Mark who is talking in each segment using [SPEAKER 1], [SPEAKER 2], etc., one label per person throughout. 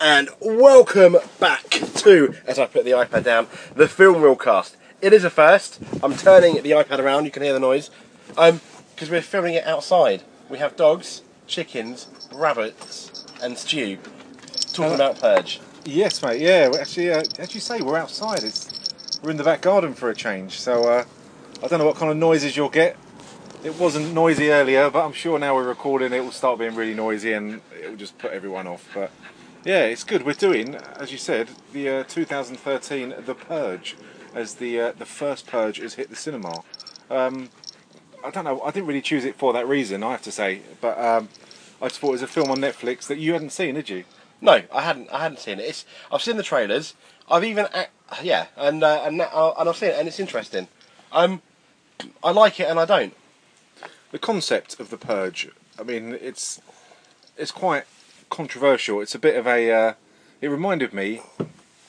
[SPEAKER 1] and welcome back to, as I put the iPad down, the film reel cast. It is a first. I'm turning the iPad around, you can hear the noise. Um, because we're filming it outside. We have dogs, chickens, rabbits, and stew. Talking about Purge.
[SPEAKER 2] Yes, mate. Yeah, we're actually, uh, as you say, we're outside. It's we're in the back garden for a change. So uh, I don't know what kind of noises you'll get. It wasn't noisy earlier, but I'm sure now we're recording, it will start being really noisy and it will just put everyone off. But yeah, it's good. We're doing, as you said, the uh, 2013 The Purge, as the uh, the first Purge has hit the cinema. Um, I don't know. I didn't really choose it for that reason. I have to say, but um, I just thought it was a film on Netflix that you hadn't seen, did you?
[SPEAKER 1] No, I hadn't. I hadn't seen it. It's, I've seen the trailers. I've even, ac yeah, and uh, and that, uh, and I've seen it, and it's interesting. Um, I like it, and I don't.
[SPEAKER 2] the concept of the purge. I mean, it's it's quite controversial. It's a bit of a. Uh, it reminded me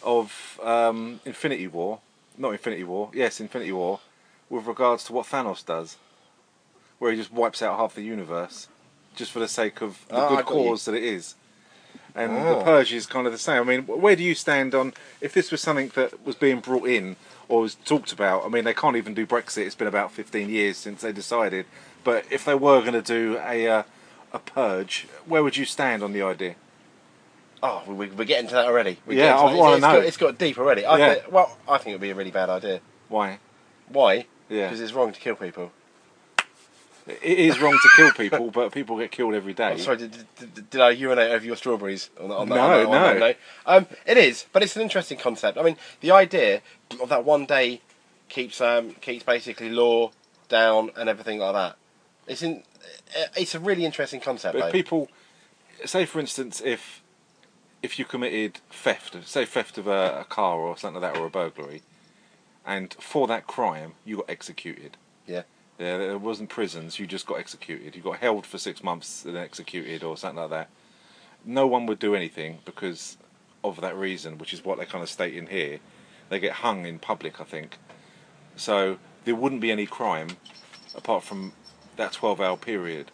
[SPEAKER 2] of um, Infinity War, not Infinity War. Yes, Infinity War, with regards to what Thanos does, where he just wipes out half the universe just for the sake of the
[SPEAKER 1] Ah, I
[SPEAKER 2] good
[SPEAKER 1] got you.
[SPEAKER 2] cause that it is. And
[SPEAKER 1] Ah.
[SPEAKER 2] the purge is kind of the same. I mean, where do you stand on if this was something that was being brought in or was talked about? I mean, they can't even do Brexit. It's been about 15 years since they decided. But if they were going to do a uh, a purge, where would you stand on the idea?
[SPEAKER 1] Oh, we, we- we're getting to that already. We're
[SPEAKER 2] Yeah,
[SPEAKER 1] getting to
[SPEAKER 2] I wanna
[SPEAKER 1] that. It's- it's
[SPEAKER 2] know.
[SPEAKER 1] Got, it's got deep already. I
[SPEAKER 2] Yeah.
[SPEAKER 1] think, well, I think it would be a really bad idea.
[SPEAKER 2] Why?
[SPEAKER 1] Why?
[SPEAKER 2] Yeah.
[SPEAKER 1] Because it's wrong to kill people.
[SPEAKER 2] It is wrong to kill people, but people get killed every day.
[SPEAKER 1] I'm sorry, did, did, did- did I urinate over your strawberries? On, on that,
[SPEAKER 2] No,
[SPEAKER 1] on that, one?
[SPEAKER 2] no.
[SPEAKER 1] Um, it is, but it's an interesting concept. I mean, the idea of that one day keeps um, keeps basically law down and everything like that. It's in, it's a really interesting concept.
[SPEAKER 2] But
[SPEAKER 1] though.
[SPEAKER 2] if people, say for instance, if if you committed theft, say theft of a, a car or something like that, or a burglary, and for that crime you got executed.
[SPEAKER 1] Yeah.
[SPEAKER 2] Yeah, there wasn't prisons. You just got executed. You got held for six months and then executed or something like that. No one would do anything because of that reason, which is what they kind of state in here. They get hung in public, I think. So there wouldn't be any crime apart from that 12 hour period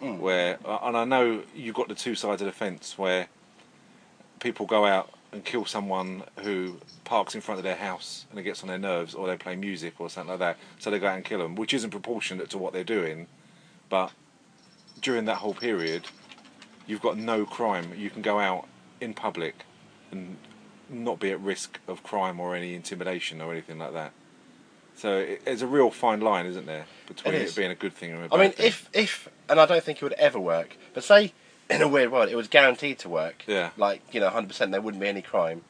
[SPEAKER 1] Mm.
[SPEAKER 2] where, and I know you've got the two sides of the fence where people go out and kill someone who parks in front of their house and it gets on their nerves or they play music or something like that. So they go out and kill them, which isn't proportionate to what they're doing. But during that whole period, you've got no crime. You can go out in public and not be at risk of crime or any intimidation or anything like that. So it, it's a real fine line, isn't there, between
[SPEAKER 1] It is.
[SPEAKER 2] it being a good thing and a bad
[SPEAKER 1] I mean,
[SPEAKER 2] thing.
[SPEAKER 1] if if and I don't think it would ever work, but say in a weird world it was guaranteed to work.
[SPEAKER 2] Yeah.
[SPEAKER 1] Like you know, hundred percent, there wouldn't be any crime.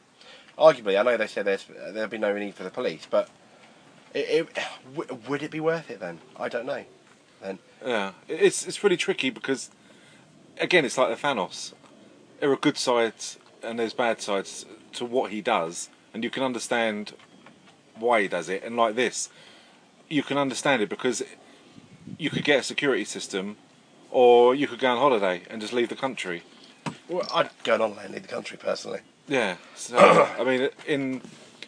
[SPEAKER 1] Arguably, I know they said there's there'd be no need for the police, but it, it w- would it be worth it then? I don't know. Then
[SPEAKER 2] Yeah, it's it's really tricky because, again, it's like the Thanos. There are good sides and there's bad sides to what he does, and you can understand why he does it. And like this, you can understand it because you could get a security system, or you could go on holiday and just leave the country.
[SPEAKER 1] well, I'd go on holiday and leave the country personally.
[SPEAKER 2] Yeah. So I mean, in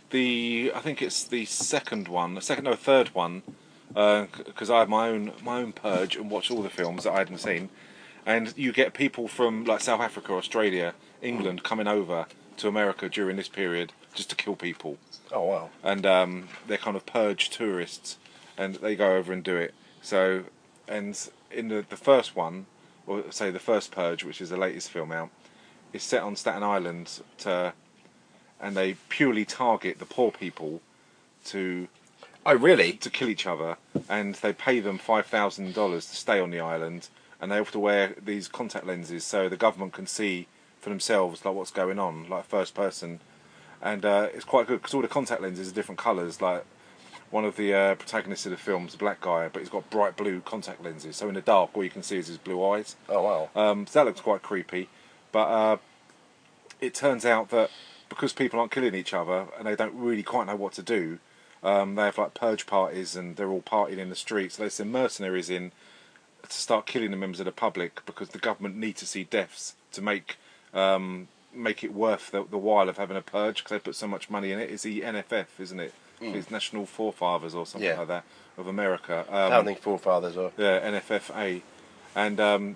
[SPEAKER 2] the I think it's the second one, the second no third one, because I had my own my own purge and watched all the films that I hadn't seen, and you get people from like South Africa, Australia, England coming over to America during this period just to kill people
[SPEAKER 1] Oh wow.
[SPEAKER 2] and um, they're kind of purge tourists, and they go over and do it. So, and in the, the first one, or say the first purge, which is the latest film out, is set on Staten Island, to, and they purely target the poor people to
[SPEAKER 1] Oh really?
[SPEAKER 2] to kill each other, and they pay them five thousand dollars to stay on the island, and they have to wear these contact lenses so the government can see for themselves like what's going on, like first person, and uh, it's quite good because all the contact lenses are different colours. Like one of the uh, protagonists of the film's a black guy, but he's got bright blue contact lenses, so in the dark all you can see is his blue eyes.
[SPEAKER 1] Oh wow.
[SPEAKER 2] Um, so that looks quite creepy. But uh, it turns out that because people aren't killing each other and they don't really quite know what to do, um, they have like purge parties and they're all partying in the streets. So they send mercenaries in to start killing the members of the public because the government need to see deaths to make um, make it worth the, the while of having a purge because they put so much money in it. It's the NFF, isn't it? It's National Forefathers or something
[SPEAKER 1] Yeah. Oh,
[SPEAKER 2] like that of America. Um,
[SPEAKER 1] Founding forefathers
[SPEAKER 2] uh,
[SPEAKER 1] or
[SPEAKER 2] yeah, NFFA, and um,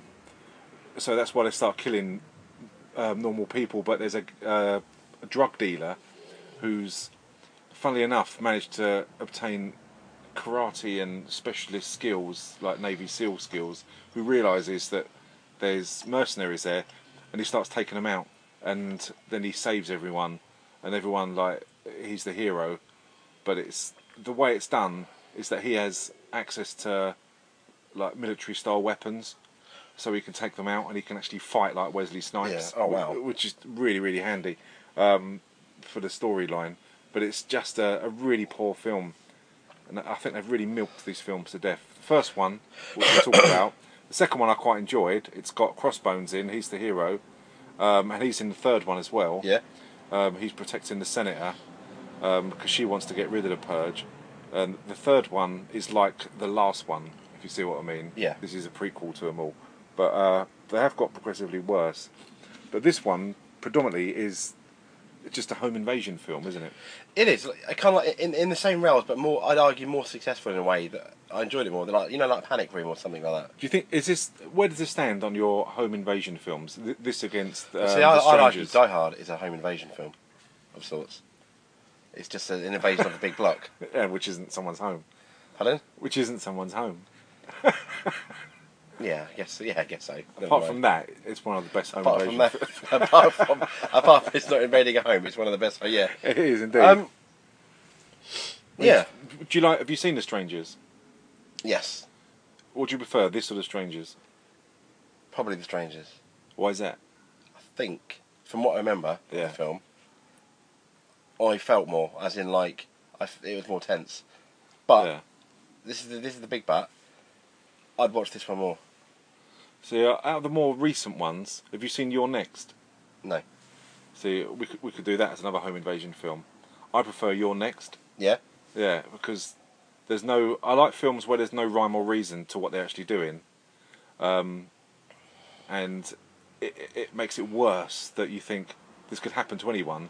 [SPEAKER 2] so that's why they start killing um, normal people, but there's a, uh, a drug dealer who's, funnily enough, managed to obtain karate and specialist skills like Navy SEAL skills. Who realizes that there's mercenaries there, and he starts taking them out, and then he saves everyone, and everyone like he's the hero, but it's the way it's done is that he has access to like military style weapons, so he can take them out and he can actually fight like Wesley Snipes.
[SPEAKER 1] Yeah. Oh, wow.
[SPEAKER 2] wh- Which is really really handy um, for the storyline, but it's just a, a really poor film, and I think they've really milked these films to death. The first one, which we talked about, the second one I quite enjoyed. It's got Crossbones in. He's the hero. Um, and he's in the third one as well.
[SPEAKER 1] Yeah.
[SPEAKER 2] Um, he's protecting the senator um, because she wants to get rid of the purge. And the third one is like the last one, if you see what I mean.
[SPEAKER 1] Yeah.
[SPEAKER 2] This is a prequel to them all, but uh, they have got progressively worse. But this one predominantly is just a home invasion film, isn't it?
[SPEAKER 1] It is like, kind of like in, in the same realms, but more. I'd argue more successful in a way that I enjoyed it more than like you know like Panic Room or something like that.
[SPEAKER 2] Do you think is this where does this stand on your home invasion films? Th- This against um,
[SPEAKER 1] See,
[SPEAKER 2] the
[SPEAKER 1] I, I'd argue
[SPEAKER 2] strangers.
[SPEAKER 1] Die Hard is a home invasion film of sorts. It's just an invasion of a big block.
[SPEAKER 2] Yeah, which isn't someone's home,
[SPEAKER 1] Pardon?
[SPEAKER 2] which isn't someone's home.
[SPEAKER 1] Yeah, I guess. Yeah, I guess so. Never
[SPEAKER 2] Apart
[SPEAKER 1] mind.
[SPEAKER 2] from that, it's one of the best home
[SPEAKER 1] apart from
[SPEAKER 2] invasion
[SPEAKER 1] that, apart from apart from it's not invading a home, it's one of the best. oh, Yeah.
[SPEAKER 2] It is indeed.
[SPEAKER 1] Um. Yeah.
[SPEAKER 2] Do you like? Have you seen The Strangers?
[SPEAKER 1] Yes.
[SPEAKER 2] Or do you prefer this or The Strangers?
[SPEAKER 1] Probably the strangers.
[SPEAKER 2] Why is that?
[SPEAKER 1] I think, from what I remember, of
[SPEAKER 2] Yeah.
[SPEAKER 1] the film. I felt more, as in like, I f it was more tense. But
[SPEAKER 2] yeah.
[SPEAKER 1] this is the, this is the big but. I'd watch this one more.
[SPEAKER 2] See, uh, out of the more recent ones, have you seen Your Next?
[SPEAKER 1] No.
[SPEAKER 2] See, we could we could do that as another home invasion film. I prefer Your Next.
[SPEAKER 1] Yeah.
[SPEAKER 2] Yeah, because there's no. I like films where there's no rhyme or reason to what they're actually doing, um, and it, it- it makes it worse that you think this could happen to anyone,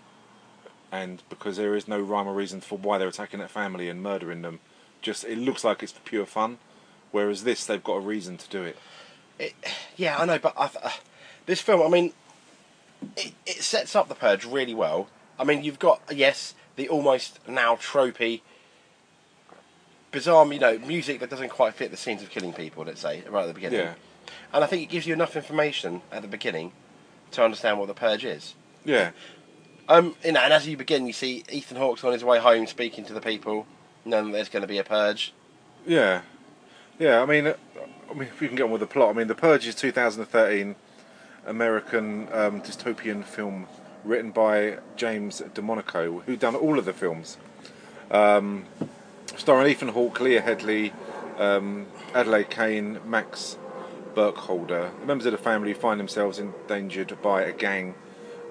[SPEAKER 2] and because there is no rhyme or reason for why they're attacking that family and murdering them, just it looks like it's for pure fun. Whereas this, they've got a reason to do it.
[SPEAKER 1] Yeah, I know, but I th- uh, this film, I mean, it, it sets up the purge really well. I mean, you've got yes, the almost now tropey, bizarre, you know, music that doesn't quite fit the scenes of killing people. Let's say right at the beginning,
[SPEAKER 2] Yeah.
[SPEAKER 1] and I think it gives you enough information at the beginning to understand what the purge is.
[SPEAKER 2] Yeah,
[SPEAKER 1] Um, you know, and as you begin, you see Ethan Hawke's on his way home speaking to the people, knowing that there's going to be a purge.
[SPEAKER 2] Yeah, yeah. I mean, uh, I mean, if we can get on with the plot. I mean, The Purge is 2013 American um, dystopian film written by James DeMonaco, who done all of the films, um, starring Ethan Hawke, Leah Headley, um, Adelaide Kane, Max Burkholder. Members of the family find themselves endangered by a gang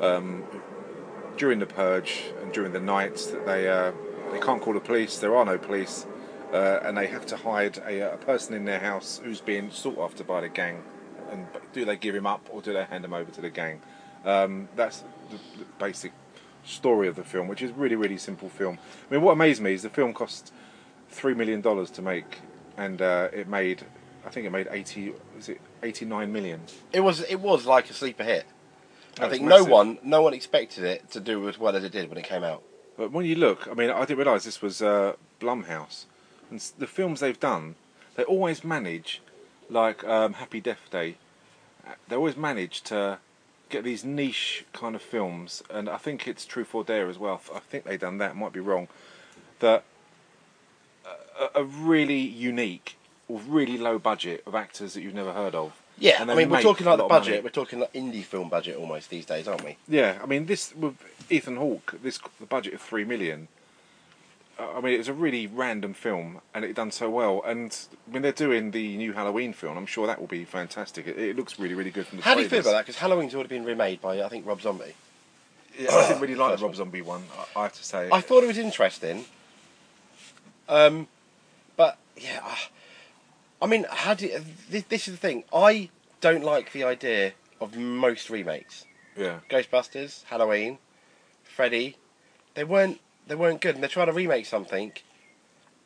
[SPEAKER 2] during the purge and during the nights that they uh, they can't call the police. There are no police, uh, and they have to hide a, a person in their house who's being sought after by the gang. And do they give him up or do they hand him over to the gang? Um, that's the, the basic story of the film, which is really really simple film. I mean, what amazed me is the film cost three million dollars to make, and uh, it made I think it made eighty was it eighty nine million.
[SPEAKER 1] It was it was like a sleeper hit. I
[SPEAKER 2] That's
[SPEAKER 1] think
[SPEAKER 2] massive.
[SPEAKER 1] no one no one expected it to do as well as it did when it came out.
[SPEAKER 2] But when you look, I mean, I didn't realise this was uh, Blumhouse, and s- the films they've done, they always manage, like um, Happy Death Day, uh, they always manage to get these niche kind of films, and I think it's Truth or Dare as well. I think they done that. Might be wrong. That uh, a- a really unique or really low budget of actors that you've never heard of.
[SPEAKER 1] Yeah,
[SPEAKER 2] And
[SPEAKER 1] I
[SPEAKER 2] they
[SPEAKER 1] mean, we're
[SPEAKER 2] make
[SPEAKER 1] talking
[SPEAKER 2] a
[SPEAKER 1] like the
[SPEAKER 2] lot of
[SPEAKER 1] budget.
[SPEAKER 2] money.
[SPEAKER 1] We're talking like indie film budget almost these days, aren't we?
[SPEAKER 2] Yeah, I mean this with Ethan Hawke, this the budget of three million. uh, I mean, it was a really random film, and it done so well. And when they're doing the new Halloween film, I'm sure that will be fantastic. It, it looks really, really good from the.
[SPEAKER 1] How do you feel about
[SPEAKER 2] trailers.
[SPEAKER 1] that? Because Halloween's already been remade by I think Rob Zombie.
[SPEAKER 2] Yeah, I didn't really like the Rob Zombie one. I, I have to say.
[SPEAKER 1] I thought it was interesting. Um, but yeah, I, I mean, how do you, this, this is the thing? I don't like the idea of most remakes.
[SPEAKER 2] yeah,
[SPEAKER 1] Ghostbusters, Halloween, Freddy, they weren't they weren't good, and they're trying to remake something,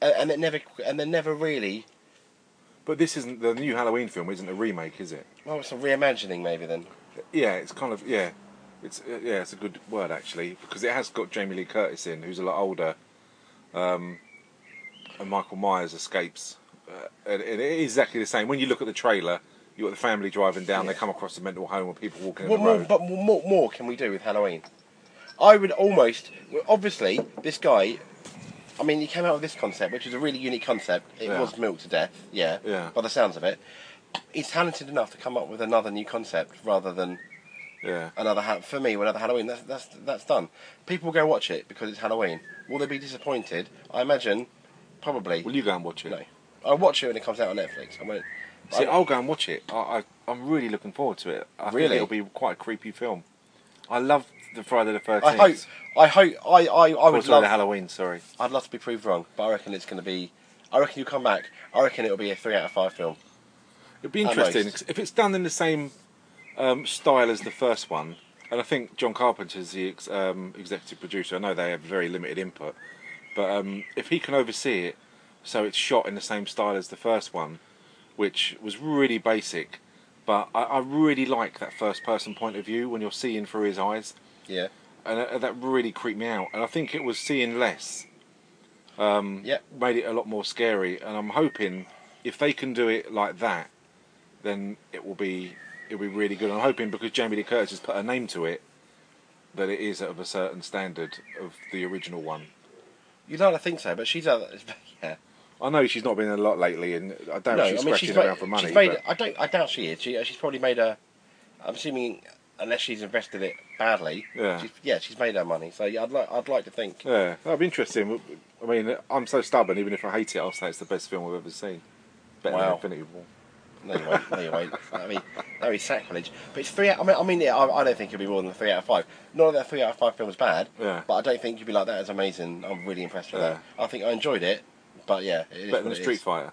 [SPEAKER 1] and, and it never and they never really.
[SPEAKER 2] but this isn't the new Halloween film. Isn't a remake, is it?
[SPEAKER 1] Well, it's a reimagining maybe then.
[SPEAKER 2] Yeah, it's kind of yeah, it's uh, yeah, it's a good word actually because it has got Jamie Lee Curtis in, who's a lot older, um, and Michael Myers escapes, uh, and, and it is exactly the same. When you look at the trailer, you got the family driving down. They come across the mental home with people walking
[SPEAKER 1] What
[SPEAKER 2] in the
[SPEAKER 1] more,
[SPEAKER 2] road.
[SPEAKER 1] but what more can we do with Halloween? I would almost, well, obviously, this guy. I mean, he came out with this concept, which is a really unique concept. It
[SPEAKER 2] Yeah.
[SPEAKER 1] was milked to death, yeah,
[SPEAKER 2] Yeah.
[SPEAKER 1] by the sounds of it. He's talented enough to come up with another new concept rather than
[SPEAKER 2] yeah,
[SPEAKER 1] another ha- for me another Halloween. That's that's that's done. People go watch it because it's Halloween. Will they be disappointed? I imagine, probably.
[SPEAKER 2] will you go and watch it?
[SPEAKER 1] no, I'll watch it when it comes out on Netflix. I won't.
[SPEAKER 2] See,
[SPEAKER 1] I,
[SPEAKER 2] I'll go and watch it. I, I, I'm really looking forward to it. I
[SPEAKER 1] Really?
[SPEAKER 2] think it'll be quite a creepy film. I love the Friday the
[SPEAKER 1] I
[SPEAKER 2] Thirteenth.
[SPEAKER 1] hope. I hope. I I, I would
[SPEAKER 2] sorry, the
[SPEAKER 1] love.
[SPEAKER 2] Halloween. Sorry.
[SPEAKER 1] I'd love to be proved wrong, but I reckon it's going to be. I reckon you come back. I reckon it'll be a three out of five film.
[SPEAKER 2] It'd be
[SPEAKER 1] At
[SPEAKER 2] interesting
[SPEAKER 1] most.
[SPEAKER 2] 'cause if it's done in the same um, style as the first one, and I think John Carpenter's the ex- um, executive producer. I know they have very limited input, but um, if he can oversee it, so it's shot in the same style as the first one, which was really basic, but I, I really like that first-person point of view when you're seeing through his eyes.
[SPEAKER 1] Yeah.
[SPEAKER 2] and uh, that really creeped me out. And I think it was seeing less Mm.
[SPEAKER 1] Yeah.
[SPEAKER 2] made it a lot more scary. And I'm hoping if they can do it like that, then it will be it'll be really good. I'm hoping because Jamie Lee Curtis has put her name to it, that it is of a certain standard of the original one.
[SPEAKER 1] You'd like to think so, but she's other. Yeah.
[SPEAKER 2] I know she's not been in a lot lately, and I doubt
[SPEAKER 1] No, I
[SPEAKER 2] she's
[SPEAKER 1] mean
[SPEAKER 2] scratching
[SPEAKER 1] she's
[SPEAKER 2] around
[SPEAKER 1] made,
[SPEAKER 2] for money.
[SPEAKER 1] she's made.
[SPEAKER 2] but
[SPEAKER 1] I don't. I doubt she is. She, uh, she's probably made a. I'm assuming, unless she's invested it badly.
[SPEAKER 2] Yeah.
[SPEAKER 1] She's, yeah, she's made her money. So yeah, I'd like. I'd like to think.
[SPEAKER 2] yeah, that'd be interesting. I mean, I'm so stubborn. Even if I hate it, I'll say it's the best film I've ever seen. Better
[SPEAKER 1] Wow.
[SPEAKER 2] than Infinity War.
[SPEAKER 1] No, you won't. No, you won't. I mean, that would be sacrilege. But it's three. Out, I mean, I mean, yeah, I, I don't think it'd be more than a three out of five. None of that three out of five film was bad.
[SPEAKER 2] Yeah.
[SPEAKER 1] But I don't think you'd be like that. Is amazing. I'm really impressed with
[SPEAKER 2] Yeah.
[SPEAKER 1] that. I think I enjoyed it. But yeah, it is
[SPEAKER 2] Better than
[SPEAKER 1] what it
[SPEAKER 2] Street
[SPEAKER 1] is.
[SPEAKER 2] Fighter.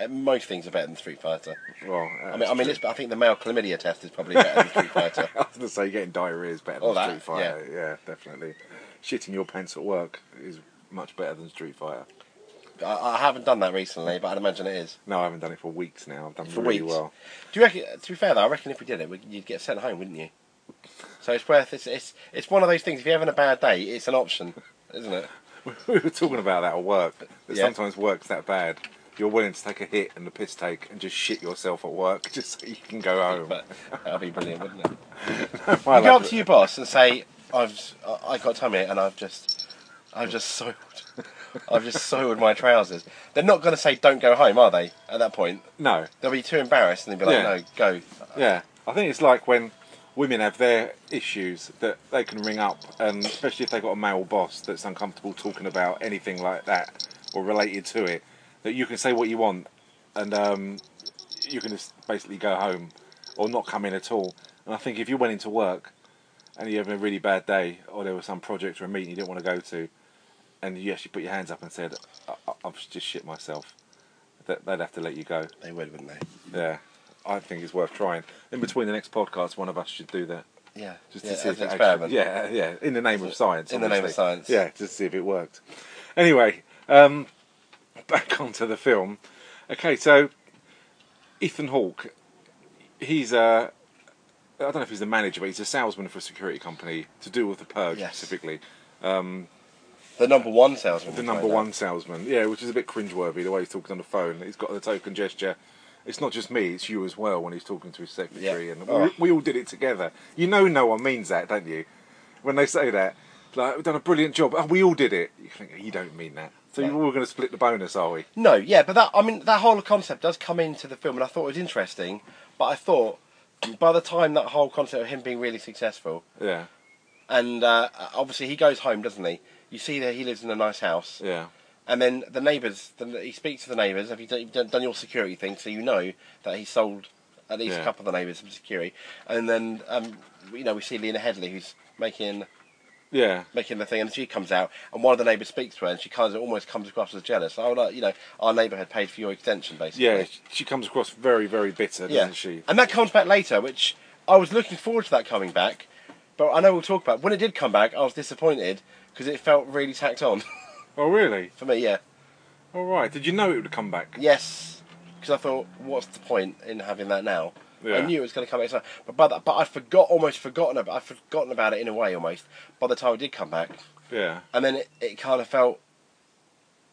[SPEAKER 1] Uh, Most things are better than Street Fighter.
[SPEAKER 2] Well, uh,
[SPEAKER 1] I mean, I mean, it's, I think the male chlamydia test is probably better than Street Fighter.
[SPEAKER 2] I was going to say getting diarrhea is better
[SPEAKER 1] All
[SPEAKER 2] than
[SPEAKER 1] that,
[SPEAKER 2] Street Fighter. Yeah. definitely. Shitting your pants at work is much better than Street Fighter.
[SPEAKER 1] I, I haven't done that recently, but I'd imagine it is.
[SPEAKER 2] No, I haven't done it for weeks now. I've done
[SPEAKER 1] For
[SPEAKER 2] really
[SPEAKER 1] weeks.
[SPEAKER 2] well.
[SPEAKER 1] Do you reckon? To be fair though, I reckon if we did it, we, you'd get sent home, wouldn't you? So it's worth. It's, it's it's one of those things. If you're having a bad day, it's an option, isn't it?
[SPEAKER 2] we were talking about that at work. That
[SPEAKER 1] Yeah.
[SPEAKER 2] sometimes work's that bad. You're willing to take a hit and a piss take and just shit yourself at work just so you can go home.
[SPEAKER 1] But that'd be brilliant, wouldn't it?
[SPEAKER 2] My
[SPEAKER 1] You go up
[SPEAKER 2] lad-
[SPEAKER 1] to your boss and say, "I've I- I got tummy and I've just I've just soiled I've just soiled my trousers." They're not going to say, "Don't go home," are they? At that point,
[SPEAKER 2] No.
[SPEAKER 1] they'll be too embarrassed and they'll be like,
[SPEAKER 2] Yeah.
[SPEAKER 1] "No, go."
[SPEAKER 2] Yeah, I think it's like when women have their issues that they can ring up, and especially if they've got a male boss that's uncomfortable talking about anything like that or related to it, that you can say what you want, and um, you can just basically go home or not come in at all. And I think if you went into work and you're having a really bad day, or there was some project or a meeting you didn't want to go to, and you actually put your hands up and said, I- I- "I've just shit myself," that they'd have to let you go.
[SPEAKER 1] They would, wouldn't they?
[SPEAKER 2] Yeah, I think it's worth trying. In between the next podcast, one of us should do that.
[SPEAKER 1] Yeah,
[SPEAKER 2] Just
[SPEAKER 1] yeah,
[SPEAKER 2] to see
[SPEAKER 1] as
[SPEAKER 2] if
[SPEAKER 1] an
[SPEAKER 2] it
[SPEAKER 1] experiment.
[SPEAKER 2] Actually, yeah, yeah. In the name of
[SPEAKER 1] a-
[SPEAKER 2] science.
[SPEAKER 1] in the name of
[SPEAKER 2] obviously.
[SPEAKER 1] science.
[SPEAKER 2] Yeah, just to see if it worked. Anyway, um, back onto the film. Okay, so Ethan Hawke, he's a. I don't know if he's the manager, but he's a salesman for a security company to do with the purge
[SPEAKER 1] Yes.
[SPEAKER 2] specifically.
[SPEAKER 1] the number one salesman.
[SPEAKER 2] The
[SPEAKER 1] we
[SPEAKER 2] number
[SPEAKER 1] find out.
[SPEAKER 2] one salesman, yeah, which is a bit cringeworthy the way he's talking on the phone. He's got the token gesture. It's not just me; it's you as well when he's talking to his secretary,
[SPEAKER 1] Yeah.
[SPEAKER 2] and
[SPEAKER 1] Oh.
[SPEAKER 2] we, we all did it together. You know, no one means that, don't you? When they say that, like, we've done a brilliant job. Oh, we all did it. You think you don't mean that? So
[SPEAKER 1] No.
[SPEAKER 2] you're all going to split the bonus, are we?
[SPEAKER 1] No, yeah, but that I mean that whole concept does come into the film, and I thought it was interesting. But I thought by the time that whole concept of him being really successful,
[SPEAKER 2] Yeah,
[SPEAKER 1] and uh, obviously he goes home, doesn't he? You see that he lives in a nice house,
[SPEAKER 2] yeah,
[SPEAKER 1] and then the neighbours. The, he speaks to the neighbours. Have you done, you've done done your security thing? So you know that he sold at least
[SPEAKER 2] Yeah.
[SPEAKER 1] a couple of the neighbours some security, and then um, you know we see Lena Headley who's making
[SPEAKER 2] yeah.
[SPEAKER 1] making the thing, and she comes out, and one of the neighbours speaks to her, and she kind of almost comes across as jealous. Oh, like, you know, our neighbour had paid for your extension, basically.
[SPEAKER 2] Yeah, she comes across very, very bitter, doesn't she?
[SPEAKER 1] And that comes back later, which I was looking forward to that coming back, but I know we'll talk about. it. When it did come back, I was disappointed because it felt really tacked on
[SPEAKER 2] Oh, really?
[SPEAKER 1] for me. Yeah,
[SPEAKER 2] All right. Did you know it would come back?
[SPEAKER 1] yes, because I thought, what's the point in having that now?
[SPEAKER 2] Yeah.
[SPEAKER 1] I knew it was going to come back, but by that, but I forgot almost forgotten about. I'd forgotten about it in a way almost. By the time it did come back,
[SPEAKER 2] Yeah.
[SPEAKER 1] and then it, it kind of felt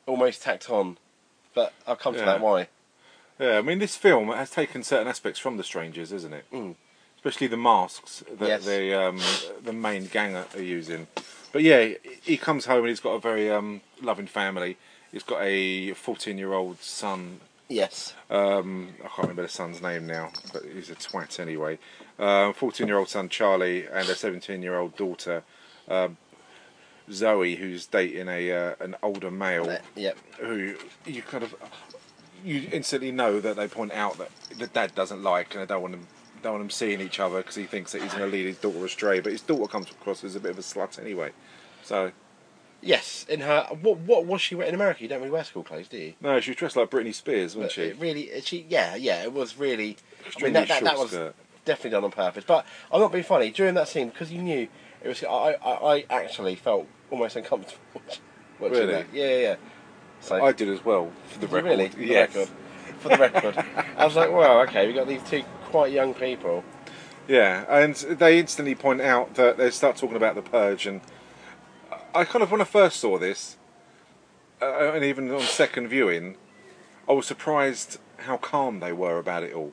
[SPEAKER 1] almost tacked on. But I'll come to
[SPEAKER 2] Yeah.
[SPEAKER 1] that why.
[SPEAKER 2] Yeah, I mean, this film has taken certain aspects from The Strangers, isn't it?
[SPEAKER 1] Mm.
[SPEAKER 2] Especially the masks that
[SPEAKER 1] Yes.
[SPEAKER 2] the um, the main gang are are using. But yeah, he- he comes home and he's got a very um, loving family. He's got a 14 year old son.
[SPEAKER 1] Yes.
[SPEAKER 2] Um, I can't remember the son's name now, but he's a twat anyway. 14 year old son Charlie and a 17 year old daughter um, Zoe, who's dating a uh, an older male
[SPEAKER 1] Uh, yep.
[SPEAKER 2] who you kind of you instantly know that they point out that the dad doesn't like and they don't want them don't want them seeing each other because he thinks that he's going to lead his daughter astray. But his daughter comes across as a bit of a slut anyway. So
[SPEAKER 1] Yes. In her, what what was she wearing in America? You don't really wear school clothes, do you?
[SPEAKER 2] no, she was dressed like Britney Spears,
[SPEAKER 1] But
[SPEAKER 2] wasn't she?
[SPEAKER 1] It really, she yeah yeah. It was really. I mean,
[SPEAKER 2] Extremely
[SPEAKER 1] that, that, that
[SPEAKER 2] short
[SPEAKER 1] was
[SPEAKER 2] skirt.
[SPEAKER 1] definitely done on purpose. But I'm not being funny during that scene because you knew it was. I I, I actually felt almost uncomfortable watching watching
[SPEAKER 2] Really?
[SPEAKER 1] that. Yeah yeah. yeah. So
[SPEAKER 2] I did as well for the
[SPEAKER 1] Did you
[SPEAKER 2] record.
[SPEAKER 1] Really? For the
[SPEAKER 2] Yes.
[SPEAKER 1] record. For the record. I was like, wow, okay, we got these two quite young people.
[SPEAKER 2] Yeah, and they instantly point out that they start talking about the purge, and I kind of when I first saw this, uh, and even on second viewing, I was surprised how calm they were about it all.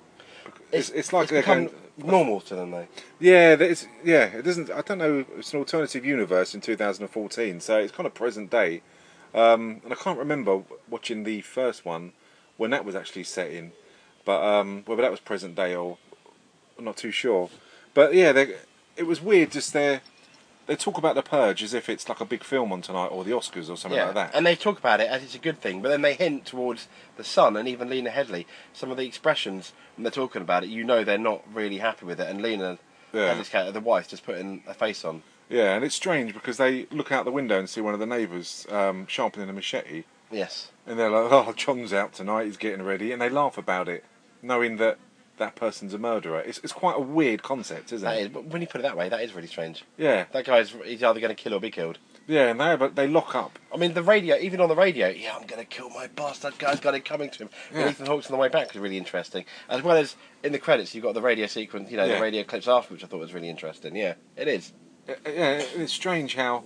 [SPEAKER 2] It's, it's, like they're
[SPEAKER 1] become
[SPEAKER 2] going,
[SPEAKER 1] normal to them, though.
[SPEAKER 2] yeah, that is- yeah. It doesn't. I don't know. It's an alternative universe in 2014, so it's kind of present day. Um, and I can't remember watching the first one when that was actually set in, but um, whether that was present day or I'm not too sure. But yeah, they, it was weird. Just they they talk about the purge as if it's like a big film on tonight or the Oscars or something like that.
[SPEAKER 1] And they talk about it as it's a good thing, but then they hint towards the son and even Lena Headley. Some of the expressions when they're talking about it, you know they're not really happy with it. And Lena,
[SPEAKER 2] Yeah.
[SPEAKER 1] Headley's character, the wife, just putting a face on.
[SPEAKER 2] yeah, and it's strange because they look out the window and see one of the neighbours um, sharpening a machete.
[SPEAKER 1] Yes.
[SPEAKER 2] And they're like, oh, John's out tonight, he's getting ready. And they laugh about it, knowing that that person's a murderer. It's, it's quite a weird concept, isn't
[SPEAKER 1] That
[SPEAKER 2] it?
[SPEAKER 1] is, but when you put it that way, that is really strange.
[SPEAKER 2] Yeah,
[SPEAKER 1] That guy's he's either going to kill or be killed.
[SPEAKER 2] yeah, and they, but they lock up.
[SPEAKER 1] I mean, the radio, even on the radio, yeah, I'm going to kill my boss. That guy's got it coming to him. And
[SPEAKER 2] Yeah.
[SPEAKER 1] Ethan Hawke's on the way back was really interesting. As well as in the credits, you've got the radio sequence, you know,
[SPEAKER 2] Yeah.
[SPEAKER 1] the radio clips after, which I thought was really interesting. Yeah, it is.
[SPEAKER 2] Uh, Yeah, it's strange how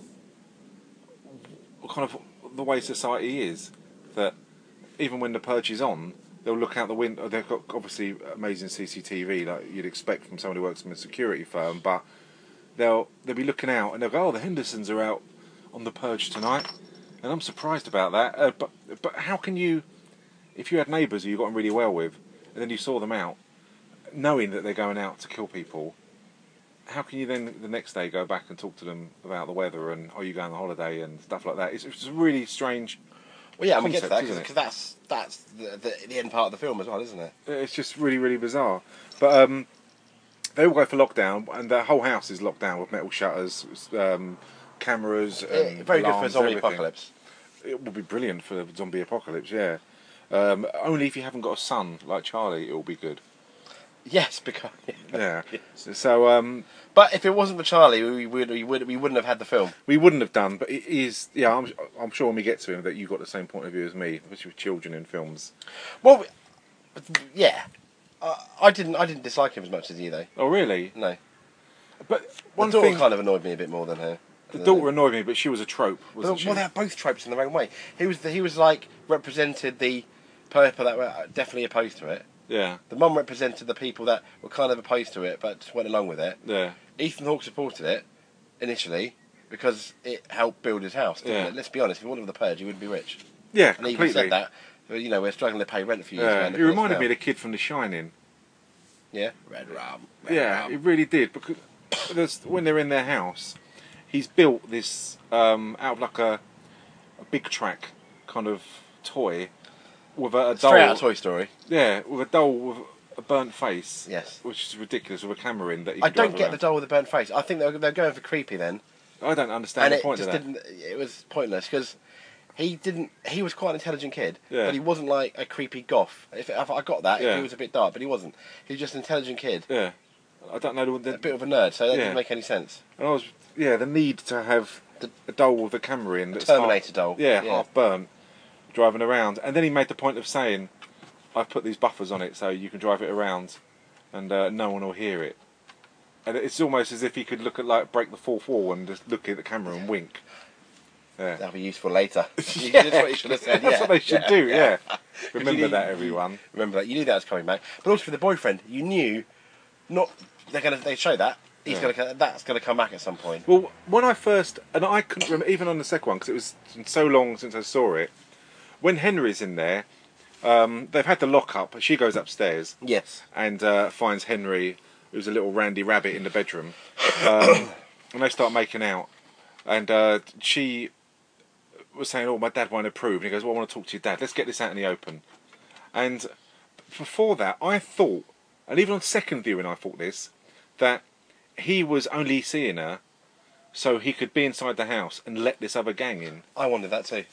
[SPEAKER 2] kind of the way society is that even when the purge is on, they'll look out the window. They've got obviously amazing CCTV, like you'd expect from someone who works in a security firm, but they'll they'll be looking out and they'll go, "Oh, the Hendersons are out on the purge tonight," and I'm surprised about that. Uh, but but how can you, if you had neighbours who you got on really well with, and then you saw them out, knowing that they're going out to kill people, how can you then the next day go back and talk to them about the weather and are you going on holiday and stuff like that? It's, it's really strange.
[SPEAKER 1] Well, yeah, and we get to that
[SPEAKER 2] Concept, isn't it?
[SPEAKER 1] because that's, that's the, the, the end part of the film as well, isn't it?
[SPEAKER 2] It's just really really bizarre. But um, they all go for lockdown and their whole house is locked down with metal shutters, um, cameras. And
[SPEAKER 1] Eh, very good for a
[SPEAKER 2] alarms,
[SPEAKER 1] zombie
[SPEAKER 2] everything.
[SPEAKER 1] apocalypse.
[SPEAKER 2] It would be brilliant for the zombie apocalypse. Yeah. Um, only if you haven't got a son like Charlie, it will be good.
[SPEAKER 1] Yes, because.
[SPEAKER 2] Yeah. So um,
[SPEAKER 1] But if it wasn't for Charlie, we, would we, would, we wouldn't have had the film.
[SPEAKER 2] we wouldn't have done, but it is. Yeah, I'm, I'm sure when we get to him that you got the same point of view as me, especially with children in films.
[SPEAKER 1] Well, we- yeah. I, I didn't I didn't dislike him as much as you, though.
[SPEAKER 2] Oh, really?
[SPEAKER 1] No.
[SPEAKER 2] But
[SPEAKER 1] One
[SPEAKER 2] one
[SPEAKER 1] the daughter
[SPEAKER 2] thing,
[SPEAKER 1] kind of annoyed me a bit more than her.
[SPEAKER 2] the daughter annoyed me, but she was a trope,
[SPEAKER 1] Well,
[SPEAKER 2] wasn't she?
[SPEAKER 1] well, they're both tropes in their own way. He was he was like represented the people that were uh, definitely opposed to it.
[SPEAKER 2] yeah,
[SPEAKER 1] The mum represented the people that were kind of opposed to it but just went along with it.
[SPEAKER 2] yeah,
[SPEAKER 1] Ethan Hawke supported it initially because it helped build his house. Didn't
[SPEAKER 2] Yeah.
[SPEAKER 1] it? Let's be honest, if it wasn't for the purge, he wouldn't be rich.
[SPEAKER 2] yeah,
[SPEAKER 1] And he even
[SPEAKER 2] completely.
[SPEAKER 1] said that. But, you know, we're struggling to pay rent for years.
[SPEAKER 2] Yeah,
[SPEAKER 1] man,
[SPEAKER 2] it
[SPEAKER 1] look at us
[SPEAKER 2] reminded
[SPEAKER 1] now.
[SPEAKER 2] me of the kid from The Shining.
[SPEAKER 1] yeah, red rum. Red
[SPEAKER 2] Yeah,
[SPEAKER 1] rum.
[SPEAKER 2] it really did because there's, when they're in their house, he's built this um, out of like a, a big track kind of toy with a, a doll.
[SPEAKER 1] Straight out of Toy Story.
[SPEAKER 2] Yeah, with a doll with a burnt face.
[SPEAKER 1] Yes.
[SPEAKER 2] which is ridiculous with a camera in that. He
[SPEAKER 1] I
[SPEAKER 2] could drive
[SPEAKER 1] don't get the
[SPEAKER 2] around.
[SPEAKER 1] doll with the burnt face. I think they're, they're going for creepy then.
[SPEAKER 2] I don't understand
[SPEAKER 1] and
[SPEAKER 2] the
[SPEAKER 1] it
[SPEAKER 2] point
[SPEAKER 1] just
[SPEAKER 2] of that.
[SPEAKER 1] didn't. It was pointless because he didn't. He was quite an intelligent kid,
[SPEAKER 2] Yeah.
[SPEAKER 1] but he wasn't like a creepy goth. If, if I got that, if
[SPEAKER 2] Yeah.
[SPEAKER 1] he was a bit dark, but he wasn't. He was just an intelligent kid,
[SPEAKER 2] Yeah, I don't know the,
[SPEAKER 1] a bit of a nerd. So that
[SPEAKER 2] Yeah.
[SPEAKER 1] didn't make any sense.
[SPEAKER 2] And I was, yeah, the need to have
[SPEAKER 1] The-
[SPEAKER 2] a doll with a camera in. That's
[SPEAKER 1] Terminator
[SPEAKER 2] half,
[SPEAKER 1] doll,
[SPEAKER 2] Yeah,
[SPEAKER 1] yeah.
[SPEAKER 2] half burnt, driving around. And then he made the point of saying, I've put these buffers on it so you can drive it around. and uh, no one will hear it. And it's almost as if he could look at like break the fourth wall and just look at the camera and wink. Yeah.
[SPEAKER 1] That'll be useful later. You-
[SPEAKER 2] Yeah.
[SPEAKER 1] That's what you should have said.
[SPEAKER 2] That's
[SPEAKER 1] yeah.
[SPEAKER 2] what they should
[SPEAKER 1] Yeah,
[SPEAKER 2] do, yeah.
[SPEAKER 1] you
[SPEAKER 2] Remember
[SPEAKER 1] need-
[SPEAKER 2] that, everyone.
[SPEAKER 1] Remember that. You knew that was coming back. But also for the boyfriend, you knew not they're gonna they show that. He's
[SPEAKER 2] Yeah.
[SPEAKER 1] gonna that's gonna come back at some point.
[SPEAKER 2] Well, when I first, and I couldn't remember, even on the second one, because it was so long since I saw it, when Henry's in there, um, they've had the lockup. She goes upstairs
[SPEAKER 1] Yes.
[SPEAKER 2] and uh, finds Henry, who's a little randy rabbit in the bedroom. Um, and they start making out. And uh, she was saying, Oh, my dad won't approve. And he goes, Well, I want to talk to your dad. Let's get this out in the open. And before that, I thought, and even on second viewing, I thought this, that he was only seeing her so he could be inside the house and let this other gang in.
[SPEAKER 1] I wanted that too.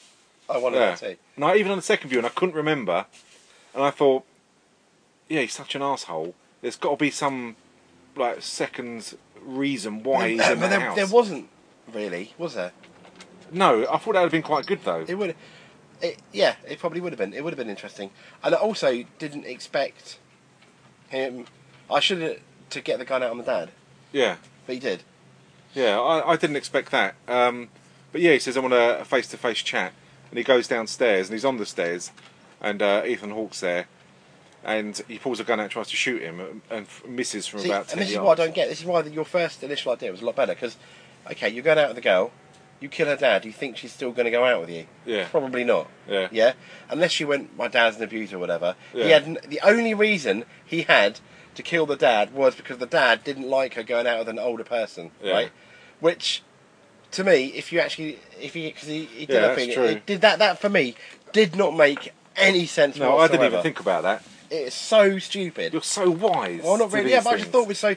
[SPEAKER 1] I wanted
[SPEAKER 2] Yeah.
[SPEAKER 1] that too.
[SPEAKER 2] And I, even on the second view, and I couldn't remember, and I thought, yeah, he's such an asshole. There's got to be some like second reason why he's in
[SPEAKER 1] but
[SPEAKER 2] the
[SPEAKER 1] there,
[SPEAKER 2] house.
[SPEAKER 1] there wasn't really, was there?
[SPEAKER 2] No, I thought that would have been quite good though.
[SPEAKER 1] It would it, yeah, it probably would have been. It would have been interesting. And I also didn't expect him I should have to get the gun out on the dad,
[SPEAKER 2] Yeah,
[SPEAKER 1] but he did.
[SPEAKER 2] yeah, I, I didn't expect that. Um, but yeah, he says I want a face to face chat, and he goes downstairs and he's on the stairs, and uh, Ethan Hawke's there. And he pulls a gun out, and tries to shoot him, and- and f- misses from
[SPEAKER 1] See,
[SPEAKER 2] about ten
[SPEAKER 1] and this is
[SPEAKER 2] yards.
[SPEAKER 1] what I don't get. This is why the, your first initial idea was a lot better because, okay, you're going out with the girl, you kill her dad. You think she's still going to go out with you?
[SPEAKER 2] Yeah.
[SPEAKER 1] Probably not.
[SPEAKER 2] Yeah.
[SPEAKER 1] Yeah. Unless she went, my dad's an abuser or whatever.
[SPEAKER 2] Yeah.
[SPEAKER 1] He had n- the only reason he had to kill the dad was because the dad didn't like her going out with an older person,
[SPEAKER 2] Yeah.
[SPEAKER 1] right? Which, to me, if you actually, if he, because he, he did,
[SPEAKER 2] Yeah,
[SPEAKER 1] a
[SPEAKER 2] that's
[SPEAKER 1] thing,
[SPEAKER 2] true.
[SPEAKER 1] It, did that that for me did not make any sense.
[SPEAKER 2] No, I didn't even think about that.
[SPEAKER 1] it's so stupid.
[SPEAKER 2] You're so wise.
[SPEAKER 1] Well, not
[SPEAKER 2] to
[SPEAKER 1] really.
[SPEAKER 2] these
[SPEAKER 1] Yeah, but I just
[SPEAKER 2] things.
[SPEAKER 1] thought it was so.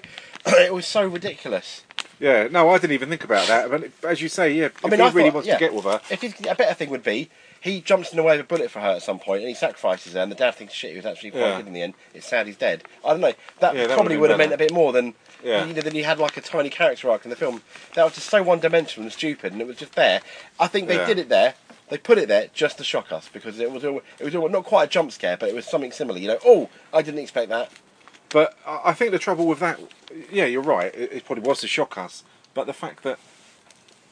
[SPEAKER 1] it was so ridiculous.
[SPEAKER 2] Yeah, no, I didn't even think about that. But as you say, yeah,
[SPEAKER 1] I
[SPEAKER 2] if
[SPEAKER 1] mean,
[SPEAKER 2] he
[SPEAKER 1] I
[SPEAKER 2] really
[SPEAKER 1] thought,
[SPEAKER 2] wants
[SPEAKER 1] yeah,
[SPEAKER 2] to get with her,
[SPEAKER 1] If he's, a better thing would be he jumps in the way of a bullet for her at some point, and he sacrifices her, and the dad thinks shit, he was actually quite
[SPEAKER 2] Yeah.
[SPEAKER 1] good in the end. It's sad he's dead. I don't know. That,
[SPEAKER 2] Yeah, that
[SPEAKER 1] probably would
[SPEAKER 2] would've
[SPEAKER 1] have
[SPEAKER 2] been
[SPEAKER 1] meant a bit more than
[SPEAKER 2] Yeah.
[SPEAKER 1] you know, than he had like a tiny character arc in the film. That was just so one dimensional and stupid, and it was just there. I think they
[SPEAKER 2] Yeah.
[SPEAKER 1] did it there. They put it there just to shock us because it was all, it was all, not quite a jump scare, but it was something similar. You know, oh, I didn't expect that.
[SPEAKER 2] but I I think the trouble with that, yeah, you're right. It, it probably was to shock us, but the fact that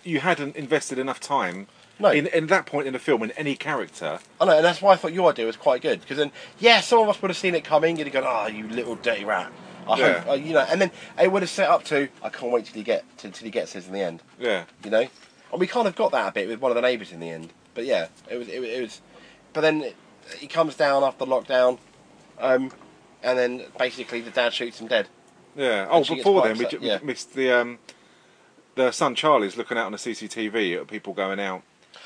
[SPEAKER 2] you hadn't invested enough time
[SPEAKER 1] No.
[SPEAKER 2] in, in that point in the film in any character.
[SPEAKER 1] I know, and that's why I thought your idea was quite good. Because then, yeah, some of us would have seen it coming and gone, "Oh, you little dirty rat." I
[SPEAKER 2] Yeah.
[SPEAKER 1] hope, uh, you know, and then it would have set up to, "I can't wait till he get till, till he gets his in the end."
[SPEAKER 2] Yeah,
[SPEAKER 1] You know, and we kind of got that a bit with one of the neighbours in the end. But yeah, it was it, was- it was. But then it, he comes down after lockdown, um, and then basically the dad shoots him dead.
[SPEAKER 2] yeah. Oh,
[SPEAKER 1] And she gets
[SPEAKER 2] before
[SPEAKER 1] quite
[SPEAKER 2] then, we,
[SPEAKER 1] upset,
[SPEAKER 2] ju- we
[SPEAKER 1] yeah.
[SPEAKER 2] missed the um, the son Charlie's looking out on the CCTV at people going out.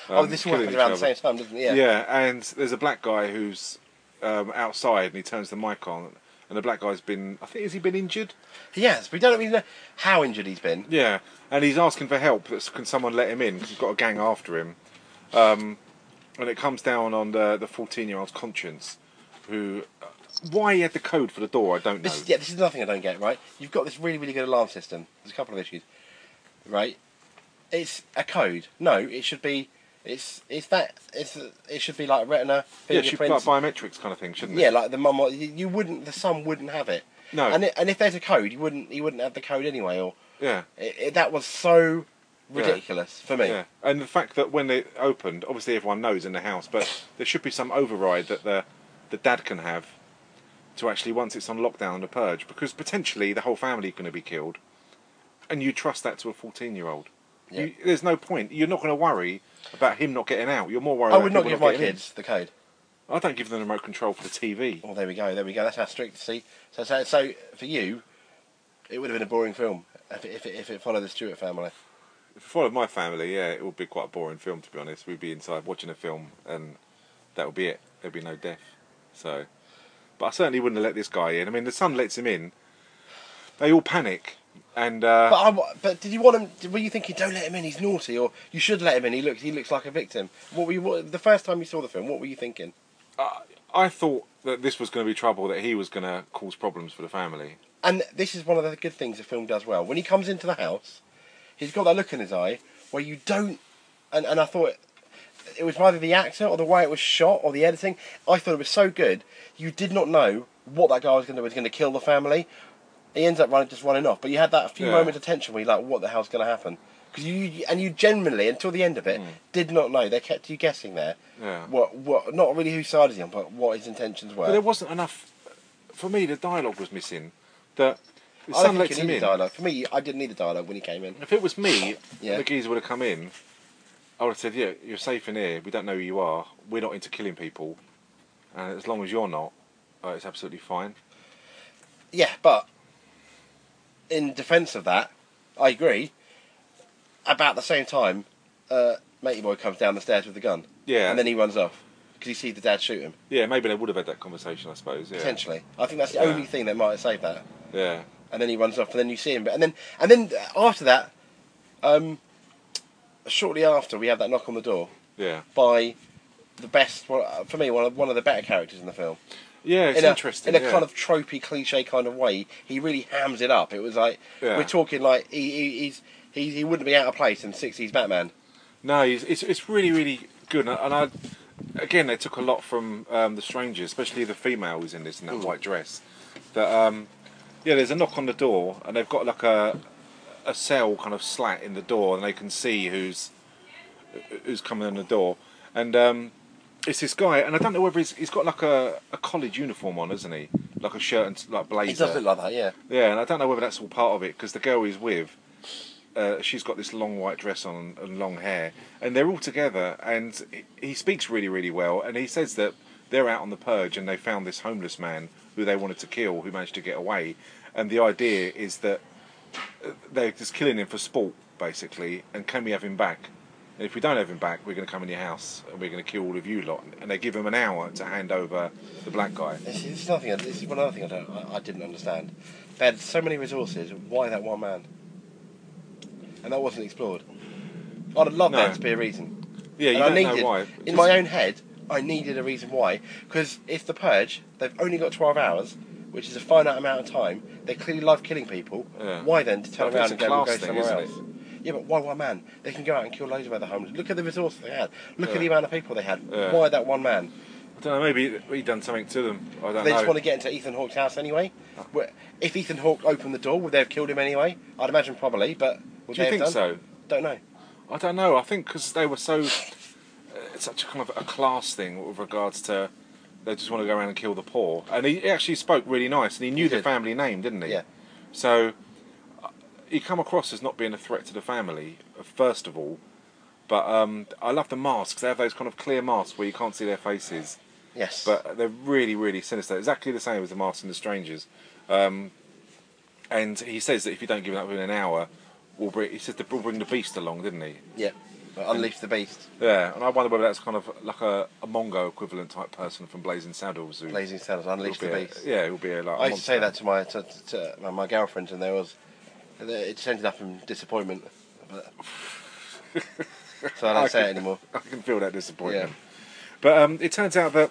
[SPEAKER 1] oh,
[SPEAKER 2] um,
[SPEAKER 1] this all happens
[SPEAKER 2] killing each
[SPEAKER 1] around the
[SPEAKER 2] other.
[SPEAKER 1] same time, doesn't it? Yeah.
[SPEAKER 2] Yeah. and there's a black guy who's um, outside, and he turns the mic on, and the black guy's been. I think has he been injured?
[SPEAKER 1] Yes, we don't really know how injured he's been.
[SPEAKER 2] Yeah, and he's asking for help. That's- Can someone let him in? 'Cause he's got a gang after him. Um, and it comes down on the the fourteen year old's conscience, who uh, why he had the code for the door, I don't know.
[SPEAKER 1] This is, yeah, this is nothing I don't get, right? You've got this really, really good alarm system. There's a couple of issues, right? It's a code. No, it should be. It's it's that it's it should be like retina
[SPEAKER 2] Yeah, it should be like
[SPEAKER 1] fingerprints.
[SPEAKER 2] biometrics kind of thing, shouldn't it?
[SPEAKER 1] yeah, like the mum. or- You you wouldn't. The son wouldn't have it.
[SPEAKER 2] No.
[SPEAKER 1] And it, and if there's a code, you wouldn't. You wouldn't have the code anyway. Or
[SPEAKER 2] yeah,
[SPEAKER 1] it, it, that was so ridiculous for me.
[SPEAKER 2] yeah. And the fact that when they opened, obviously everyone knows in the house, but there should be some override that the the dad can have to actually once it's on lockdown and the purge, because potentially the whole family going to be killed, and you trust that to a fourteen year old.
[SPEAKER 1] Yeah.
[SPEAKER 2] You, there's no point. You're not going to worry about him not getting out. You're more worried.
[SPEAKER 1] I
[SPEAKER 2] about
[SPEAKER 1] would not
[SPEAKER 2] people
[SPEAKER 1] give my
[SPEAKER 2] getting in.
[SPEAKER 1] kids the code.
[SPEAKER 2] I don't give them the remote control for the TV.
[SPEAKER 1] Well, there we go. There we go. That's how strict. See, so so, so for you, it would have been a boring film if it, if it, if it followed the Stewart family.
[SPEAKER 2] If I followed my family, yeah, it would be quite a boring film to be honest. We'd be inside watching a film, and that would be it. There'd be no death. So, but I certainly wouldn't have let this guy in. I mean, the son lets him in. They all panic, and uh,
[SPEAKER 1] But I, wa- but did you want him? did- Were you thinking don't let him in? He's naughty, or you should let him in? He looks he looks like a victim. What were you what, the first time you saw the film? What were you thinking?
[SPEAKER 2] I thought that this was going to be trouble. That he was going to cause problems for the family.
[SPEAKER 1] And this is one of the good things the film does well. When he comes into the house, he's got that look in his eye where you don't. And and I thought it, it was either the actor or the way it was shot or the editing. I thought it was so good. You did not know what that guy was going to do. Was going to kill the family. He ends up running, just running off. But you had that few
[SPEAKER 2] Yeah.
[SPEAKER 1] moments of tension where you're like, what the hell's going to happen? Because you- you and you generally until the end of it did not know. They kept you guessing there.
[SPEAKER 2] Hmm. Yeah.
[SPEAKER 1] What? What? Not really whose side is he on, but what his intentions were.
[SPEAKER 2] But there wasn't enough. For me, the dialogue was missing. That the
[SPEAKER 1] I
[SPEAKER 2] son
[SPEAKER 1] don't think you
[SPEAKER 2] lets him
[SPEAKER 1] needed
[SPEAKER 2] in.
[SPEAKER 1] dialogue. For me, I didn't need a dialogue when he came in.
[SPEAKER 2] If it was me,
[SPEAKER 1] Yeah.
[SPEAKER 2] the geezer would have come in. I would have said, "Yeah, you're safe in here. We don't know who you are. We're not into killing people, and as long as you're not, uh, it's absolutely fine."
[SPEAKER 1] Yeah, but in defence of that, I agree. About the same time, uh, Matey Boy comes down the stairs with the gun.
[SPEAKER 2] Yeah.
[SPEAKER 1] And then he runs off because he sees the dad shoot him,
[SPEAKER 2] Yeah, maybe they would have had that conversation, I suppose. Yeah,
[SPEAKER 1] potentially. I think that's the
[SPEAKER 2] Yeah.
[SPEAKER 1] only thing that might have saved that.
[SPEAKER 2] yeah,
[SPEAKER 1] And then he runs off, and then you see him. But, and then, and then after that, um, shortly after, we have that knock on the door
[SPEAKER 2] yeah,
[SPEAKER 1] by the best, well, uh, for me, one of, one of the better characters in the film.
[SPEAKER 2] yeah. It's
[SPEAKER 1] in a,
[SPEAKER 2] interesting.
[SPEAKER 1] in a
[SPEAKER 2] yeah.
[SPEAKER 1] kind of tropey, cliche kind of way. He really hams it up. It was like
[SPEAKER 2] Yeah.
[SPEAKER 1] we're talking like he, he he's he, he wouldn't be out of place in sixties Batman.
[SPEAKER 2] no, it's, it's it's really really good, and I again they took a lot from um, the stranger, especially the female who's in
[SPEAKER 1] Mm.
[SPEAKER 2] this in that white dress. That um, yeah, there's a knock on the door, and they've got like a a cell kind of slat in the door, and they can see who's who's coming in the door, and um, it's this guy, and I don't know whether he's, he's got like a, a college uniform on, isn't he? Like a shirt and like blazer.
[SPEAKER 1] He does look like that, yeah.
[SPEAKER 2] Yeah, and I don't know whether that's all part of it because the girl he's with, uh, she's got this long white dress on and long hair, and they're all together. And he- he speaks really, really well, and he says that they're out on the purge and they found this homeless man who they wanted to kill, who managed to get away. And the idea is that uh, they're just killing him for sport, basically. And can we have him back? And if we don't have him back, we're going to come in your house and we're going to kill all of you lot. And they give him an hour to hand over the black guy.
[SPEAKER 1] This is, this is nothing. This is one other thing I don't I, I didn't understand. They had so many resources. Why that one man? And that wasn't explored. I'd love
[SPEAKER 2] No.
[SPEAKER 1] that to be a reason.
[SPEAKER 2] Yeah, you
[SPEAKER 1] And I
[SPEAKER 2] don't
[SPEAKER 1] needed,
[SPEAKER 2] know why.
[SPEAKER 1] In my own head, I needed a reason why. Because if the purge, they've only got twelve hours, which is a finite amount of time. They clearly love killing people.
[SPEAKER 2] Yeah.
[SPEAKER 1] Why then to turn
[SPEAKER 2] But
[SPEAKER 1] around
[SPEAKER 2] it's a
[SPEAKER 1] and go, we'll go
[SPEAKER 2] class thing,
[SPEAKER 1] somewhere else?
[SPEAKER 2] isn't
[SPEAKER 1] Yeah, but why one man? They can go out and kill loads of other homeless. Look at the resources they had. Look
[SPEAKER 2] Yeah.
[SPEAKER 1] at the amount of people they had.
[SPEAKER 2] Yeah.
[SPEAKER 1] Why that one man?
[SPEAKER 2] I don't know. Maybe he done something to them. I don't
[SPEAKER 1] They
[SPEAKER 2] know.
[SPEAKER 1] just want to get into Ethan Hawke's house anyway. Where- If Ethan Hawke opened the door, would they have killed him anyway? I'd imagine probably, but would
[SPEAKER 2] Do you
[SPEAKER 1] they
[SPEAKER 2] think
[SPEAKER 1] have done?
[SPEAKER 2] so?
[SPEAKER 1] Don't know.
[SPEAKER 2] I don't know. I think because they were so uh, such a kind of a class thing with regards to they just want to go around and kill the poor. And he actually spoke really nice, and he knew the
[SPEAKER 1] did.
[SPEAKER 2] family name, didn't he?
[SPEAKER 1] Yeah.
[SPEAKER 2] So uh, he come across as not being a threat to the family uh, first of all. But um, I love the masks. They have those kind of clear masks where you can't see their faces.
[SPEAKER 1] Yes.
[SPEAKER 2] But they're really, really sinister. Exactly the same as the Martin the Strangers. Um, and he says that if you don't give it up within an hour, we'll bring, he says that we'll bring the beast along, didn't he?
[SPEAKER 1] yeah. Unleash the beast,
[SPEAKER 2] Yeah, and I wonder whether that's kind of like a, a Mongo equivalent type person from Blazing Saddles. Who
[SPEAKER 1] blazing saddles.
[SPEAKER 2] will
[SPEAKER 1] Unleash
[SPEAKER 2] be
[SPEAKER 1] the
[SPEAKER 2] a-
[SPEAKER 1] beast.
[SPEAKER 2] yeah, he'll be a, like. a
[SPEAKER 1] I used to say
[SPEAKER 2] monster.
[SPEAKER 1] that to my to, to, to my- my girlfriend, and there was it just ended up in disappointment. But, so I don't say it anymore.
[SPEAKER 2] I can feel that disappointment. But um, it turns out that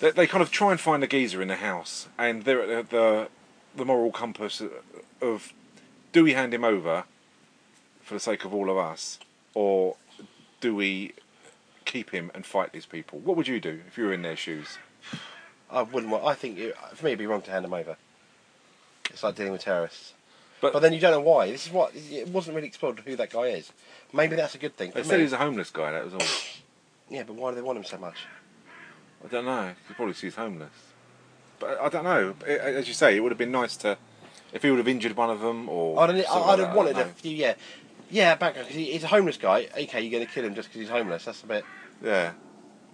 [SPEAKER 2] they, they kind of try and find the geezer in the house, and they're at the, the the moral compass of do we hand him over for the sake of all of us, or do we keep him and fight these people? What would you do if you were in their shoes?
[SPEAKER 1] I wouldn't want. I think it, for me, it'd be wrong to hand them over. It's like dealing with terrorists.
[SPEAKER 2] But,
[SPEAKER 1] But then you don't know why. This is what it wasn't really explored who that guy is. Maybe that's a good thing. For
[SPEAKER 2] they said
[SPEAKER 1] me.
[SPEAKER 2] he's a homeless guy. That was all.
[SPEAKER 1] yeah, but why do they want him so much?
[SPEAKER 2] I don't know. You probably see he's homeless. But I don't know. It- As you say, it would have been nice to if he would have injured one of them or.
[SPEAKER 1] I'd, I'd,
[SPEAKER 2] something
[SPEAKER 1] I'd
[SPEAKER 2] like
[SPEAKER 1] have
[SPEAKER 2] that,
[SPEAKER 1] wanted
[SPEAKER 2] I
[SPEAKER 1] a
[SPEAKER 2] don't
[SPEAKER 1] few. Yeah, yeah, background because he, he's a homeless guy. Okay, you're going to kill him just because he's homeless. That's a bit
[SPEAKER 2] know. Yeah.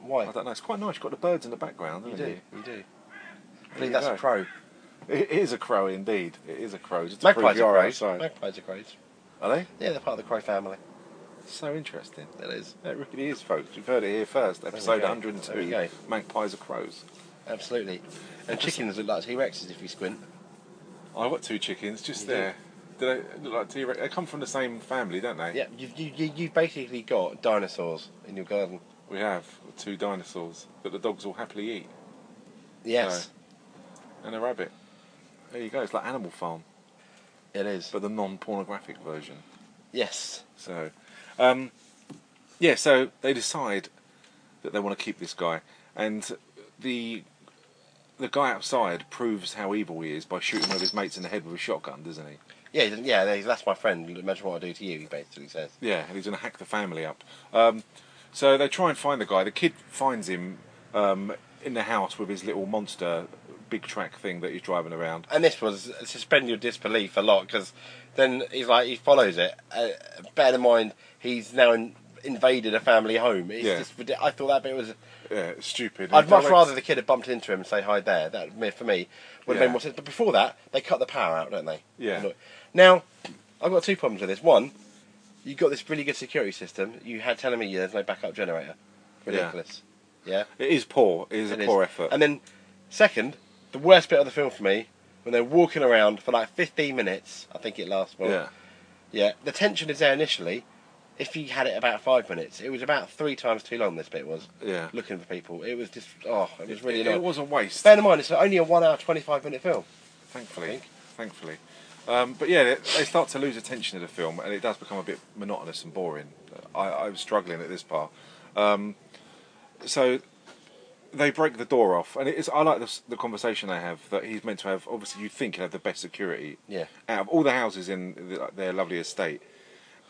[SPEAKER 1] why.
[SPEAKER 2] I don't know. It's quite nice. You've got the birds in the background,
[SPEAKER 1] You
[SPEAKER 2] haven't
[SPEAKER 1] do.
[SPEAKER 2] you?
[SPEAKER 1] You do. I
[SPEAKER 2] There you
[SPEAKER 1] believe that's
[SPEAKER 2] go.
[SPEAKER 1] a crow.
[SPEAKER 2] It is a crow indeed. It is a crow. Just to prove
[SPEAKER 1] Magpies
[SPEAKER 2] you
[SPEAKER 1] are
[SPEAKER 2] are
[SPEAKER 1] crows.
[SPEAKER 2] outside.
[SPEAKER 1] Magpies are crows.
[SPEAKER 2] Are they?
[SPEAKER 1] Yeah, they're part of the crow family.
[SPEAKER 2] So interesting.
[SPEAKER 1] It is.
[SPEAKER 2] It really is, folks. You've heard it here first.
[SPEAKER 1] we
[SPEAKER 2] Episode
[SPEAKER 1] go.
[SPEAKER 2] 102.
[SPEAKER 1] There we go.
[SPEAKER 2] Magpies are crows.
[SPEAKER 1] Absolutely. And chickens look like T Rexes if you squint.
[SPEAKER 2] Oh, I've got two chickens
[SPEAKER 1] You
[SPEAKER 2] just
[SPEAKER 1] do.
[SPEAKER 2] there. Do they look like T Rex? They come from the same family, don't they?
[SPEAKER 1] Yeah, you've, you, you, you've basically got dinosaurs in your garden.
[SPEAKER 2] We have two dinosaurs that the dogs will happily eat.
[SPEAKER 1] Yes,
[SPEAKER 2] and a rabbit. There you go. It's like Animal Farm,
[SPEAKER 1] it is.
[SPEAKER 2] but the non-pornographic version.
[SPEAKER 1] yes.
[SPEAKER 2] So, um, yeah. So they decide that they want to keep this guy, and the the guy outside proves how evil he is by shooting one of his mates in the head with a shotgun, doesn't he?
[SPEAKER 1] Yeah, he doesn't- yeah, they- that's my friend. Imagine what I do to you, he basically says.
[SPEAKER 2] Yeah, and he's going to hack the family up. Um, so they try and find the guy. The kid finds him um, in the house with his little monster big track thing that he's driving around.
[SPEAKER 1] And this was uh, suspend your disbelief a lot because then he's like, he follows it. Uh, bear in mind, he's now in, invaded a family home. It's
[SPEAKER 2] Yeah.
[SPEAKER 1] just ridic- I thought that bit was.
[SPEAKER 2] Yeah, it's stupid.
[SPEAKER 1] I'd
[SPEAKER 2] He
[SPEAKER 1] much
[SPEAKER 2] directs-
[SPEAKER 1] rather the kid had bumped into him and say hi there. That would- for me would have
[SPEAKER 2] Yeah.
[SPEAKER 1] made more sense. But before that, they cut the power out, don't they?
[SPEAKER 2] Yeah.
[SPEAKER 1] Now, I've got two problems with this. One, you got this really good security system. You had telling me there's no backup generator. Ridiculous. Yeah.
[SPEAKER 2] It is poor. It is a
[SPEAKER 1] It
[SPEAKER 2] poor
[SPEAKER 1] is.
[SPEAKER 2] effort.
[SPEAKER 1] And then, second, the worst bit of the film for me, when they're walking around for like 15 minutes, I think it lasts well.
[SPEAKER 2] yeah,
[SPEAKER 1] Yeah, the tension is there initially. If you had it about five minutes, it was about three times too long. This bit was
[SPEAKER 2] yeah.
[SPEAKER 1] looking for people. It was just oh, it was really
[SPEAKER 2] it,
[SPEAKER 1] annoying.
[SPEAKER 2] it was a waste.
[SPEAKER 1] Bear in mind, it's only a one hour, 25 minute film. I
[SPEAKER 2] Thankfully,
[SPEAKER 1] think.
[SPEAKER 2] thankfully. Um, but yeah, they, they start to lose attention of the film, and it does become a bit monotonous and boring. I, I was struggling at this part. Um, so they break the door off, and it's I like the, s- the conversation they have that he's meant to have. Obviously, you think he'll have the best security
[SPEAKER 1] Yeah.
[SPEAKER 2] out of all the houses in the, their lovely estate.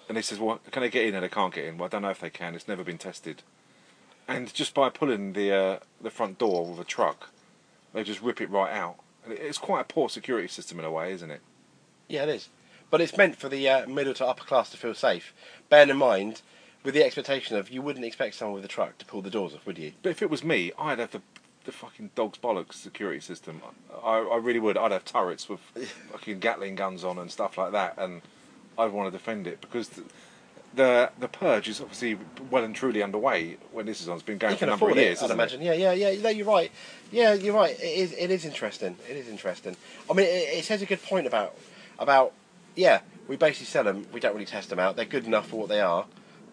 [SPEAKER 2] And he says, "Well, can they get in?" And they can't get in. Well, I don't know if they can. It's never been tested. And just by pulling the uh, the front door with a truck, they just rip it right out. And it- It's quite a poor security system in a way, isn't it?
[SPEAKER 1] Yeah, it is. But it's meant for the uh, middle to upper class to feel safe. Bear in mind, with the expectation of you wouldn't expect someone with a truck to pull the doors off, would you?
[SPEAKER 2] But if it was me, I'd have the the fucking dog's bollocks security system. I, I really would. I'd have turrets with fucking Gatling guns on and stuff like that, and I'd want to defend it because the the, the purge is obviously well and truly underway when this is on. It's been going
[SPEAKER 1] You
[SPEAKER 2] for a
[SPEAKER 1] can
[SPEAKER 2] number
[SPEAKER 1] afford
[SPEAKER 2] of years.
[SPEAKER 1] it, I'd
[SPEAKER 2] isn't
[SPEAKER 1] imagine. Yeah, yeah, yeah. No, you're right. Yeah, you're right. It is. It is interesting. It is interesting. I mean, it, it says a good point about about yeah. We basically sell them. We don't really test them out. They're good enough for what they are,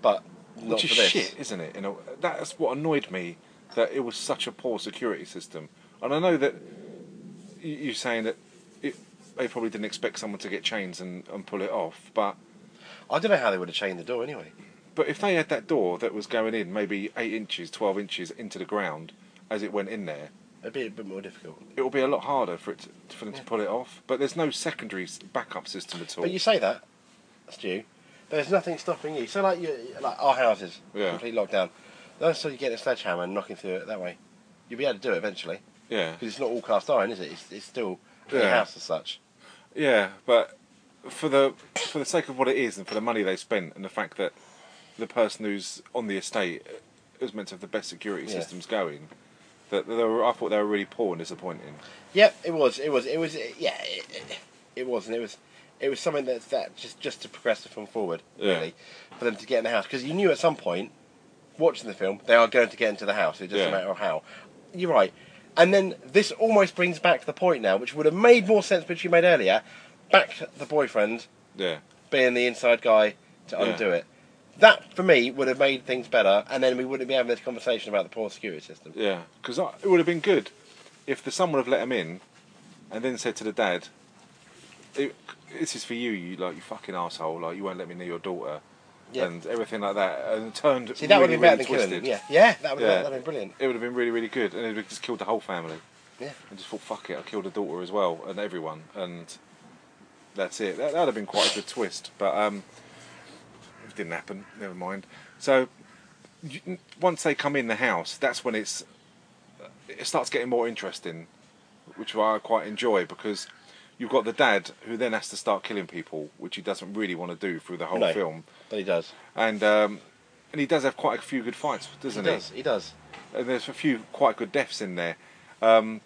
[SPEAKER 1] but not
[SPEAKER 2] Which
[SPEAKER 1] for
[SPEAKER 2] is
[SPEAKER 1] this.
[SPEAKER 2] shit, isn't it? You know, that's what annoyed me that it was such a poor security system. And I know that you- you're saying that it, they probably didn't expect someone to get chains and, and pull it off, but
[SPEAKER 1] I don't know how they would have chained the door anyway.
[SPEAKER 2] but if they had that door that was going in maybe eight inches, twelve inches into the ground as it went in there,
[SPEAKER 1] It'd be a bit more difficult.
[SPEAKER 2] it would be a lot harder for it to, for them to pull it off. But there's no secondary s- backup system at all.
[SPEAKER 1] But you say that, Stu. There's nothing stopping you. So like you, like our houses,
[SPEAKER 2] Yeah.
[SPEAKER 1] complete lockdown. That's so you get a sledgehammer and knocking through it that way. You'll be able to do it eventually
[SPEAKER 2] yeah,
[SPEAKER 1] because it's not all cast iron, is it? It's, it's still a
[SPEAKER 2] Yeah.
[SPEAKER 1] house as such.
[SPEAKER 2] Yeah, but for the for the sake of what it is and for the money they spent and the fact that the person who's on the estate is meant to have the best security
[SPEAKER 1] Yeah.
[SPEAKER 2] systems going, that that they were, I thought they were really poor and disappointing.
[SPEAKER 1] Yep, it was. It was. It was. It, yeah, it, it, it was, and it was. It was something that's that just just to progress the film forward,
[SPEAKER 2] Yeah.
[SPEAKER 1] really, for them to get in the house because you knew at some point, watching the film, they are going to get into the house. It's just
[SPEAKER 2] Yeah.
[SPEAKER 1] a matter of how. You're right, and then this almost brings back the point now, which would have made more sense, which you made earlier, back to the boyfriend
[SPEAKER 2] Yeah,
[SPEAKER 1] being the inside guy to
[SPEAKER 2] Yeah.
[SPEAKER 1] undo it. That for me would have made things better, and then we wouldn't be having this conversation about the poor security system.
[SPEAKER 2] yeah, because it would have been good if the son would have let him in, and then said to the dad, it, "This is for you, you like you fucking asshole, like you won't let me near your daughter."
[SPEAKER 1] Yeah.
[SPEAKER 2] And everything like that, and turned.
[SPEAKER 1] See, that would
[SPEAKER 2] really,
[SPEAKER 1] have been better
[SPEAKER 2] really
[SPEAKER 1] than killing
[SPEAKER 2] twisted.
[SPEAKER 1] them. Yeah, yeah, that would
[SPEAKER 2] Yeah.
[SPEAKER 1] have been brilliant.
[SPEAKER 2] It would have been really, really good, and it would have just killed the whole family.
[SPEAKER 1] Yeah.
[SPEAKER 2] and just thought, fuck it, I killed a daughter as well, and everyone, and that's it. That would have been quite a good twist, but um, it didn't happen. Never mind. So you, once they come in the house, that's when it's it starts getting more interesting, which I quite enjoy because you've got the dad who then has to start killing people, which he doesn't really want to do through the whole
[SPEAKER 1] No.
[SPEAKER 2] film,
[SPEAKER 1] But he does.
[SPEAKER 2] and um, and he does have quite a few good fights, doesn't
[SPEAKER 1] he does. He does.
[SPEAKER 2] and there's a few quite good deaths in there. Um,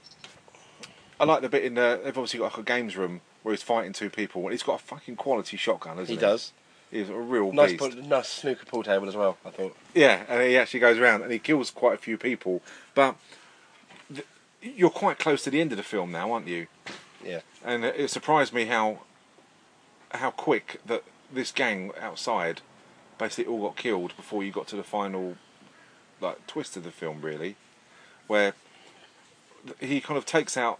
[SPEAKER 2] I like the bit in the. They've obviously got like a games room where he's fighting two people, and he's got a fucking quality shotgun, isn't
[SPEAKER 1] He
[SPEAKER 2] he?
[SPEAKER 1] does.
[SPEAKER 2] He's a real
[SPEAKER 1] Nice,
[SPEAKER 2] beast.
[SPEAKER 1] pool, nice snooker pool table as well. I thought.
[SPEAKER 2] Yeah, and he actually goes around and he kills quite a few people. But th- you're quite close to the end of the film now, aren't you?
[SPEAKER 1] Yeah.
[SPEAKER 2] And it it surprised me how how quick that this gang outside basically all got killed before you got to the final like twist of the film, really, where th- he kind of takes out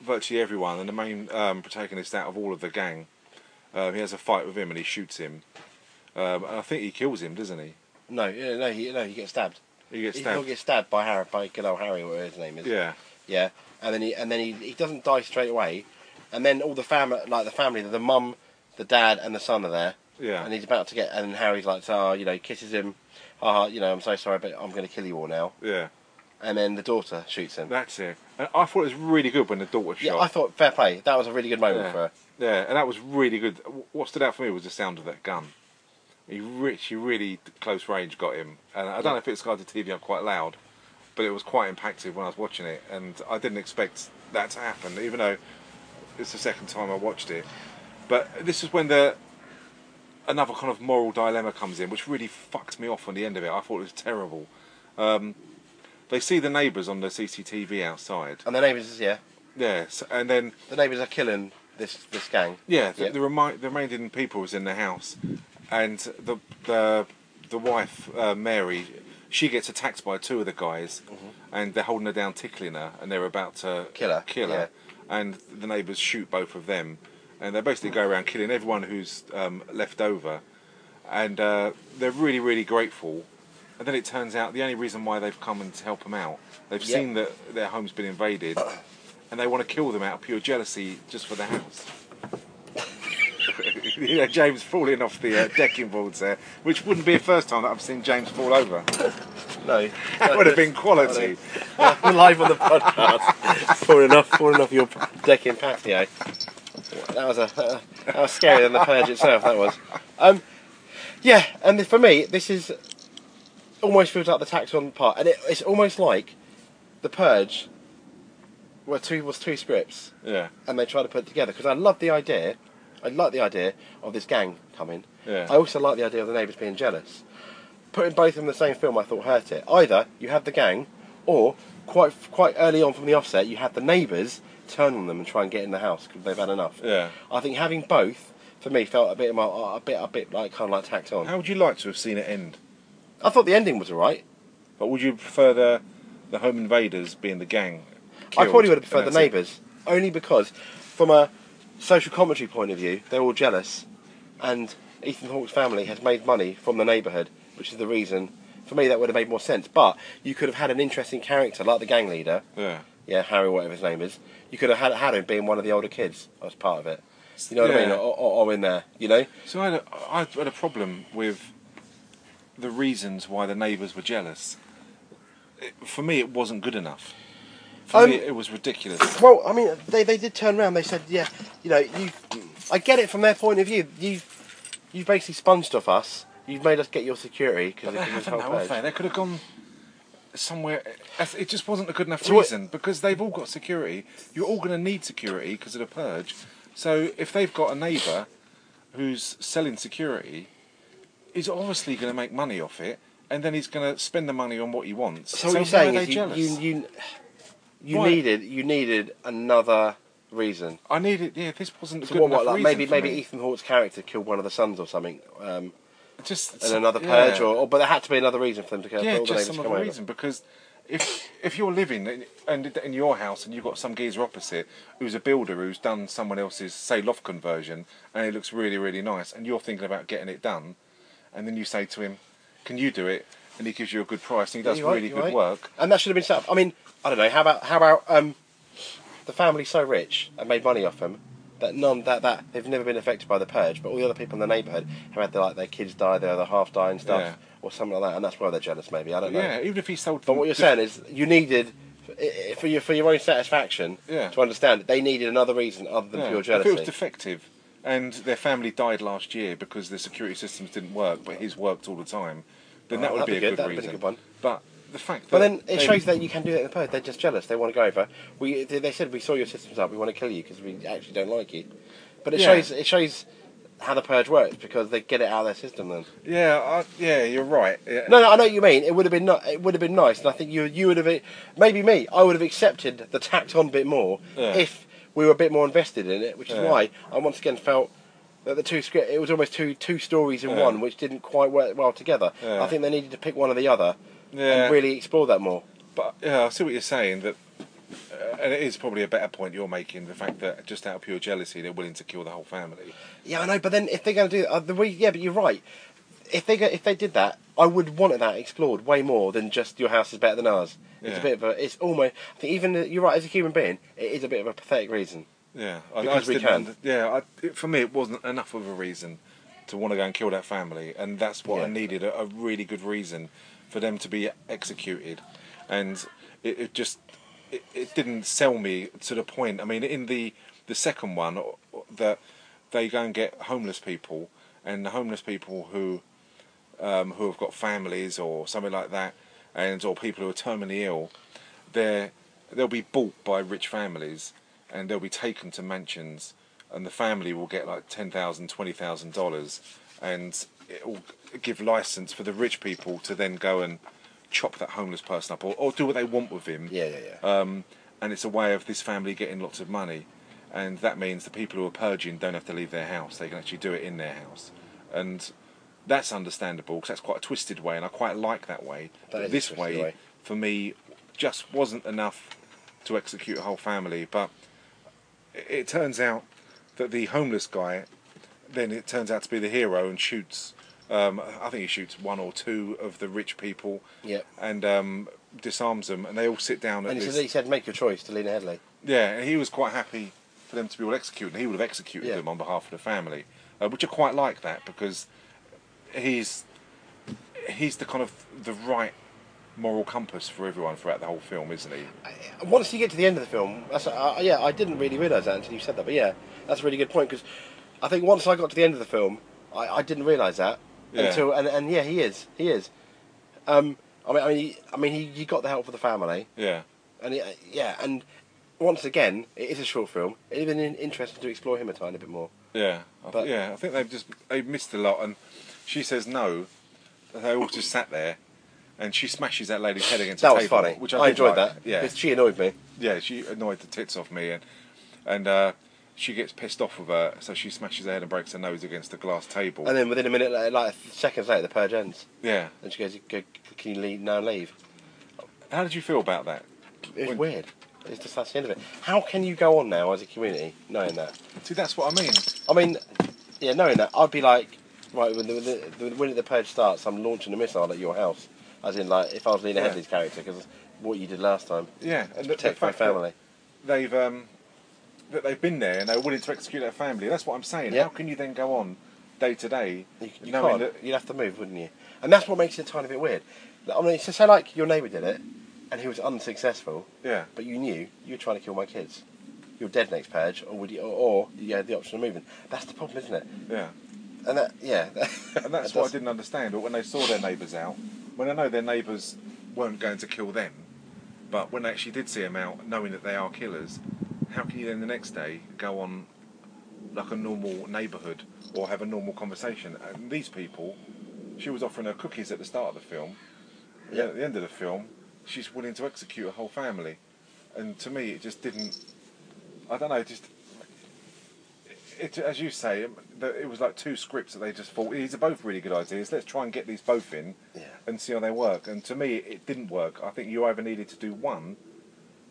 [SPEAKER 2] virtually everyone, and the main um, protagonist out of all of the gang, um, he has a fight with him and he shoots him. Um, and I think he kills him, doesn't he?
[SPEAKER 1] No, yeah, no, he, no, he gets stabbed.
[SPEAKER 2] He gets
[SPEAKER 1] He will
[SPEAKER 2] stabbed.
[SPEAKER 1] get stabbed by Harry, by good old Harry, whatever his name is.
[SPEAKER 2] Yeah.
[SPEAKER 1] yeah, and then he and then he, he doesn't die straight away, and then all the family, like the family, the mum, the dad, and the son are there,
[SPEAKER 2] Yeah.
[SPEAKER 1] and he's about to get, and Harry's like, ah, you know, kisses him, ah, you know, I'm so sorry, but I'm going to kill you all now,
[SPEAKER 2] yeah.
[SPEAKER 1] and then the daughter shoots him.
[SPEAKER 2] That's it. And I thought it was really good when the daughter was
[SPEAKER 1] yeah,
[SPEAKER 2] shot.
[SPEAKER 1] I thought fair play. That was a really good moment
[SPEAKER 2] yeah.
[SPEAKER 1] for her.
[SPEAKER 2] Yeah, and that was really good. Wh- What stood out for me was the sound of that gun. He re- she really d- close range got him, and I don't know if it's because I had the TV on quite loud, but it was quite impactful when I was watching it, and I didn't expect that to happen, even though it's the second time I watched it. But this is when the another kind of moral dilemma comes in, which really fucked me off on the end of it. I thought it was terrible. Um, they see the neighbours on the CCTV outside.
[SPEAKER 1] And the neighbours, yeah,
[SPEAKER 2] Yeah, so, and then
[SPEAKER 1] the neighbours are killing this this gang.
[SPEAKER 2] yeah, the,
[SPEAKER 1] Yeah.
[SPEAKER 2] the, remi- the remaining people was in the house, and the the the wife uh, Mary, she gets attacked by two of the guys, and they're holding her down, tickling her, and they're about to
[SPEAKER 1] Mm-hmm. Kill her,
[SPEAKER 2] kill her, and the neighbours shoot both of them, and they basically go around killing everyone who's um, left over, and uh, they're really really grateful, and then it turns out the only reason why they've come and to help them out, they've
[SPEAKER 1] Yeah.
[SPEAKER 2] seen that their home's been invaded. And they want to kill them out of pure jealousy just for the house you know, James falling off the uh, decking boards there, which wouldn't be the first time that I've seen James fall over.
[SPEAKER 1] No,
[SPEAKER 2] That would have been quality.
[SPEAKER 1] live on the podcast. falling off, falling off your decking patio. That was a that was scarier than the purge itself. That was. Um, yeah, and for me, this is almost feels like the tax on part, and it, it's almost like the purge were two was two scripts,
[SPEAKER 2] Yeah,
[SPEAKER 1] and they try to put it together because I love the idea. I like the idea of this gang coming.
[SPEAKER 2] Yeah.
[SPEAKER 1] I also like the idea of the neighbours being jealous. Putting both in the same film, I thought hurt it. Either you had the gang, or quite quite early on from the offset, you had the neighbours turn on them and try and get in the house because they've had enough.
[SPEAKER 2] yeah.
[SPEAKER 1] I think having both for me felt a bit of my, a bit a bit like kind of like tacked on.
[SPEAKER 2] How would you like to have seen it end?
[SPEAKER 1] I thought the ending was alright.
[SPEAKER 2] But would you prefer the the home invaders being the gang?
[SPEAKER 1] I
[SPEAKER 2] killed
[SPEAKER 1] probably would have
[SPEAKER 2] and
[SPEAKER 1] preferred
[SPEAKER 2] that's
[SPEAKER 1] the
[SPEAKER 2] it?
[SPEAKER 1] neighbours, only because, from a social commentary point of view, they're all jealous, and Ethan Hawke's family has made money from the neighbourhood, which is the reason. For me, that would have made more sense. But you could have had an interesting character like the gang leader,
[SPEAKER 2] Yeah.
[SPEAKER 1] yeah, Harry, whatever his name is. You could have had, had him being one of the older kids as part of it. You know what I mean?
[SPEAKER 2] Yeah.
[SPEAKER 1] Or, or, or in there, you know?
[SPEAKER 2] So I had, a, I had a problem with the reasons why the neighbours were jealous. It, for me, it wasn't good enough. For
[SPEAKER 1] Um,
[SPEAKER 2] me, it was ridiculous.
[SPEAKER 1] Well, I mean, they, they did turn around. They said, yeah, you know, you. I get it from their point of view. You've you've basically sponged off us. You've made us get your security because
[SPEAKER 2] But they
[SPEAKER 1] it was
[SPEAKER 2] haven't, though,
[SPEAKER 1] whole
[SPEAKER 2] have they?
[SPEAKER 1] page.
[SPEAKER 2] They could have gone somewhere. that's- It just wasn't a good enough
[SPEAKER 1] So what-
[SPEAKER 2] reason because they've all got security. You're all going to need security because of the purge. So if they've got a neighbour who's selling security, he's obviously going to make money off it, and then he's going to spend the money on what he wants.
[SPEAKER 1] So what you're
[SPEAKER 2] why
[SPEAKER 1] saying
[SPEAKER 2] are they
[SPEAKER 1] is you
[SPEAKER 2] jealous?
[SPEAKER 1] you, you, you
[SPEAKER 2] Why?
[SPEAKER 1] needed you needed another reason.
[SPEAKER 2] I needed. Yeah, this wasn't a
[SPEAKER 1] So
[SPEAKER 2] good
[SPEAKER 1] what,
[SPEAKER 2] enough
[SPEAKER 1] what like
[SPEAKER 2] reason
[SPEAKER 1] maybe
[SPEAKER 2] for
[SPEAKER 1] maybe
[SPEAKER 2] me.
[SPEAKER 1] Ethan Hawke's character killed one of the sons or something, um,
[SPEAKER 2] just
[SPEAKER 1] and
[SPEAKER 2] some-
[SPEAKER 1] another
[SPEAKER 2] yeah.
[SPEAKER 1] purge, or, or but there had to be another reason for them to kill.
[SPEAKER 2] yeah,
[SPEAKER 1] for all the
[SPEAKER 2] just
[SPEAKER 1] neighbours
[SPEAKER 2] some
[SPEAKER 1] to
[SPEAKER 2] other
[SPEAKER 1] come over.
[SPEAKER 2] reason because if if you're living in, and in your house and you've got some geezer opposite who's a builder who's done someone else's say loft conversion and it looks really really nice and you're thinking about getting it done, and then you say to him, "Can you do it?" and he gives you a good price and he does
[SPEAKER 1] You're right,
[SPEAKER 2] really
[SPEAKER 1] you're
[SPEAKER 2] good
[SPEAKER 1] right.
[SPEAKER 2] work.
[SPEAKER 1] And that should have been set up. I mean, I don't know. How about how about um, the family's so rich and made money off them that none that that they've never been affected by the purge, but all the other people in the neighbourhood have had their, like their kids die, their other half die and stuff,
[SPEAKER 2] Yeah.
[SPEAKER 1] or something like that, and that's why they're jealous. Maybe I don't know.
[SPEAKER 2] Yeah, even if he sold.
[SPEAKER 1] But what you're saying is you needed. i- i- For your for your own satisfaction,
[SPEAKER 2] Yeah.
[SPEAKER 1] to understand it, they needed another reason other than
[SPEAKER 2] Yeah,
[SPEAKER 1] pure
[SPEAKER 2] if it was
[SPEAKER 1] jealousy.
[SPEAKER 2] defective, and their family died last year because the security systems didn't work, but his worked all the time, then
[SPEAKER 1] Oh,
[SPEAKER 2] that would
[SPEAKER 1] that'd
[SPEAKER 2] be,
[SPEAKER 1] be good,
[SPEAKER 2] a good,
[SPEAKER 1] that'd be a
[SPEAKER 2] reason.
[SPEAKER 1] good one.
[SPEAKER 2] But the fact.
[SPEAKER 1] but
[SPEAKER 2] that
[SPEAKER 1] then it
[SPEAKER 2] they-
[SPEAKER 1] shows that you can do it in the purge. They're just jealous. They want to go over. We they they said we saw your systems up. We want to kill you because we actually don't like you. But it
[SPEAKER 2] Yeah.
[SPEAKER 1] shows it shows how the purge works because they get it out of their system. Then
[SPEAKER 2] Yeah, I, yeah, you're right. Yeah.
[SPEAKER 1] no, no, I know what you mean. It would have been no, it would have been nice, and I think you you would have maybe me. I would have accepted the tacked on bit more
[SPEAKER 2] Yeah.
[SPEAKER 1] if we were a bit more invested in it, which is
[SPEAKER 2] Yeah.
[SPEAKER 1] why I once again felt that the two script it was almost two two stories in
[SPEAKER 2] Yeah.
[SPEAKER 1] one, which didn't quite work well together.
[SPEAKER 2] Yeah.
[SPEAKER 1] I think they needed to pick one or the other
[SPEAKER 2] Yeah.
[SPEAKER 1] and really explore that more.
[SPEAKER 2] But yeah, I see what you're saying. That, uh, and it is probably a better point you're making. The fact that just out of pure jealousy, they're willing to kill the whole family.
[SPEAKER 1] Yeah, I know, but then if they're going to do uh, the way, yeah, but you're right. if they go, if they did that, I would want that explored way more than just your house is better than ours. It's
[SPEAKER 2] Yeah.
[SPEAKER 1] a bit of a. It's almost. I think even uh, you're right as a human being, it is a bit of a pathetic reason.
[SPEAKER 2] Yeah, I, I
[SPEAKER 1] Because
[SPEAKER 2] just
[SPEAKER 1] we
[SPEAKER 2] didn't
[SPEAKER 1] can.
[SPEAKER 2] under- yeah, I, it, for me, it wasn't enough of a reason to want to go and kill that family, and that's what
[SPEAKER 1] Yeah.
[SPEAKER 2] I needed a, a really good reason for them to be executed, and it, it just it, it didn't sell me to the point. I mean, in the the second one, o- o- that they go and get homeless people, and the homeless people who um, who have got families or something like that, and or people who are terminally ill, they're they'll be bought by rich families, and they'll be taken to mansions, and the family will get like ten thousand, twenty thousand dollars, and it will give license for the rich people to then go and chop that homeless person up or, or do what they want with him
[SPEAKER 1] Yeah, yeah, yeah.
[SPEAKER 2] um, and it's a way of this family getting lots of money, and that means the people who are purging don't have to leave their house; they can actually do it in their house, and that's understandable because that's quite a twisted way, and I quite like that way.
[SPEAKER 1] That
[SPEAKER 2] But
[SPEAKER 1] is a
[SPEAKER 2] this
[SPEAKER 1] twisted
[SPEAKER 2] way,
[SPEAKER 1] way.
[SPEAKER 2] for me, just wasn't enough to execute a whole family. But it, it turns out that the homeless guy, then it turns out to be the hero and shoots. Um, I think he shoots one or two of the rich people,
[SPEAKER 1] Yep.
[SPEAKER 2] and um, disarms them, and they all sit down. At
[SPEAKER 1] and he
[SPEAKER 2] this,
[SPEAKER 1] said, he said, make your choice to Lena Headley.
[SPEAKER 2] yeah, and he was quite happy for them to be all executed. and He would have executed
[SPEAKER 1] Yeah.
[SPEAKER 2] them on behalf of the family, uh, which I quite like that because he's he's the kind of the right moral compass for everyone throughout the whole film, isn't he?
[SPEAKER 1] Once you get to the end of the film, that's, uh, yeah, I didn't really realise that until you said that. But yeah, that's a really good point because I think once I got to the end of the film, I, I didn't realise that
[SPEAKER 2] Yeah.
[SPEAKER 1] until and, and yeah, he is, he is. Um, I mean, I mean, he, I mean, he, he got the help for the family,
[SPEAKER 2] Yeah,
[SPEAKER 1] and he, yeah, and once again, it is a short film. It'd have been in- interesting to explore him a tiny bit more.
[SPEAKER 2] yeah, I th-
[SPEAKER 1] But-
[SPEAKER 2] yeah. I think they've just they've missed a lot, and she says no. and They all just sat there, and she smashes that lady's head against
[SPEAKER 1] That
[SPEAKER 2] the
[SPEAKER 1] was
[SPEAKER 2] table,
[SPEAKER 1] funny.
[SPEAKER 2] which
[SPEAKER 1] I,
[SPEAKER 2] I, did
[SPEAKER 1] enjoyed
[SPEAKER 2] like.
[SPEAKER 1] that.
[SPEAKER 2] Yeah,
[SPEAKER 1] 'cause she annoyed me.
[SPEAKER 2] yeah, she annoyed the tits off me, and and uh, she gets pissed off with her, so she smashes her head and breaks her nose against the glass table.
[SPEAKER 1] And then within a minute, like, like seconds later, the purge ends,
[SPEAKER 2] yeah,
[SPEAKER 1] and she goes, "Can you leave now? Leave."
[SPEAKER 2] how did you feel about that?
[SPEAKER 1] It's
[SPEAKER 2] When-
[SPEAKER 1] weird. It's just that's the end of it. How can you go on now as a community knowing that?
[SPEAKER 2] See, that's what I mean.
[SPEAKER 1] I mean, yeah, knowing that, I'd be like, right, when the, the, the when the purge starts, I'm launching a missile at your house. As in, like, if I was Lena
[SPEAKER 2] Yeah.
[SPEAKER 1] Headley's character, because what you did last time,
[SPEAKER 2] Yeah, and the, the
[SPEAKER 1] protect my
[SPEAKER 2] fact that
[SPEAKER 1] family.
[SPEAKER 2] They've um, that they've been there and they're willing to execute their family. That's what I'm saying.
[SPEAKER 1] Yeah.
[SPEAKER 2] How can you then go on day to day
[SPEAKER 1] You, you
[SPEAKER 2] knowing
[SPEAKER 1] can't.
[SPEAKER 2] that?
[SPEAKER 1] You'd have to move, wouldn't you? And that's what makes it a tiny bit weird. I mean, so say like your neighbour did it, and he was unsuccessful,
[SPEAKER 2] Yeah,
[SPEAKER 1] but you knew you were trying to kill my kids. You're dead next purge, or would you, or, or you had the option of moving. That's the problem, isn't it?
[SPEAKER 2] yeah.
[SPEAKER 1] And that, yeah,
[SPEAKER 2] And that's
[SPEAKER 1] that
[SPEAKER 2] what I
[SPEAKER 1] does-
[SPEAKER 2] didn't understand. But when they saw their neighbours out, when I know their neighbours weren't going to kill them, but when they actually did see them out, knowing that they are killers, how can you then the next day go on like a normal neighbourhood or have a normal conversation? And these people, she was offering her cookies at the start of the film. and then
[SPEAKER 1] Yeah.
[SPEAKER 2] At the end of the film, she's willing to execute a whole family. And to me, it just didn't. I don't know. It just it, as you say, it- that it was like two scripts that they just thought these are both really good ideas. Let's try and get these both in
[SPEAKER 1] Yeah.
[SPEAKER 2] and see how they work. And to me, it didn't work. I think you either needed to do one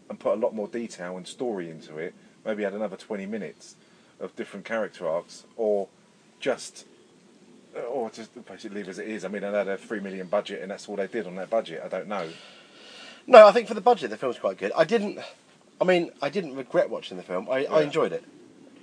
[SPEAKER 2] and put a lot more detail and story into it, maybe add another twenty minutes of different character arcs, or just or just basically leave as it is. I mean, they had a three million budget, and that's all they did on that budget. I don't know.
[SPEAKER 1] No, I think for the budget, the film's quite good. I didn't. I mean, I didn't regret watching the film. I, I
[SPEAKER 2] Yeah.
[SPEAKER 1] enjoyed it.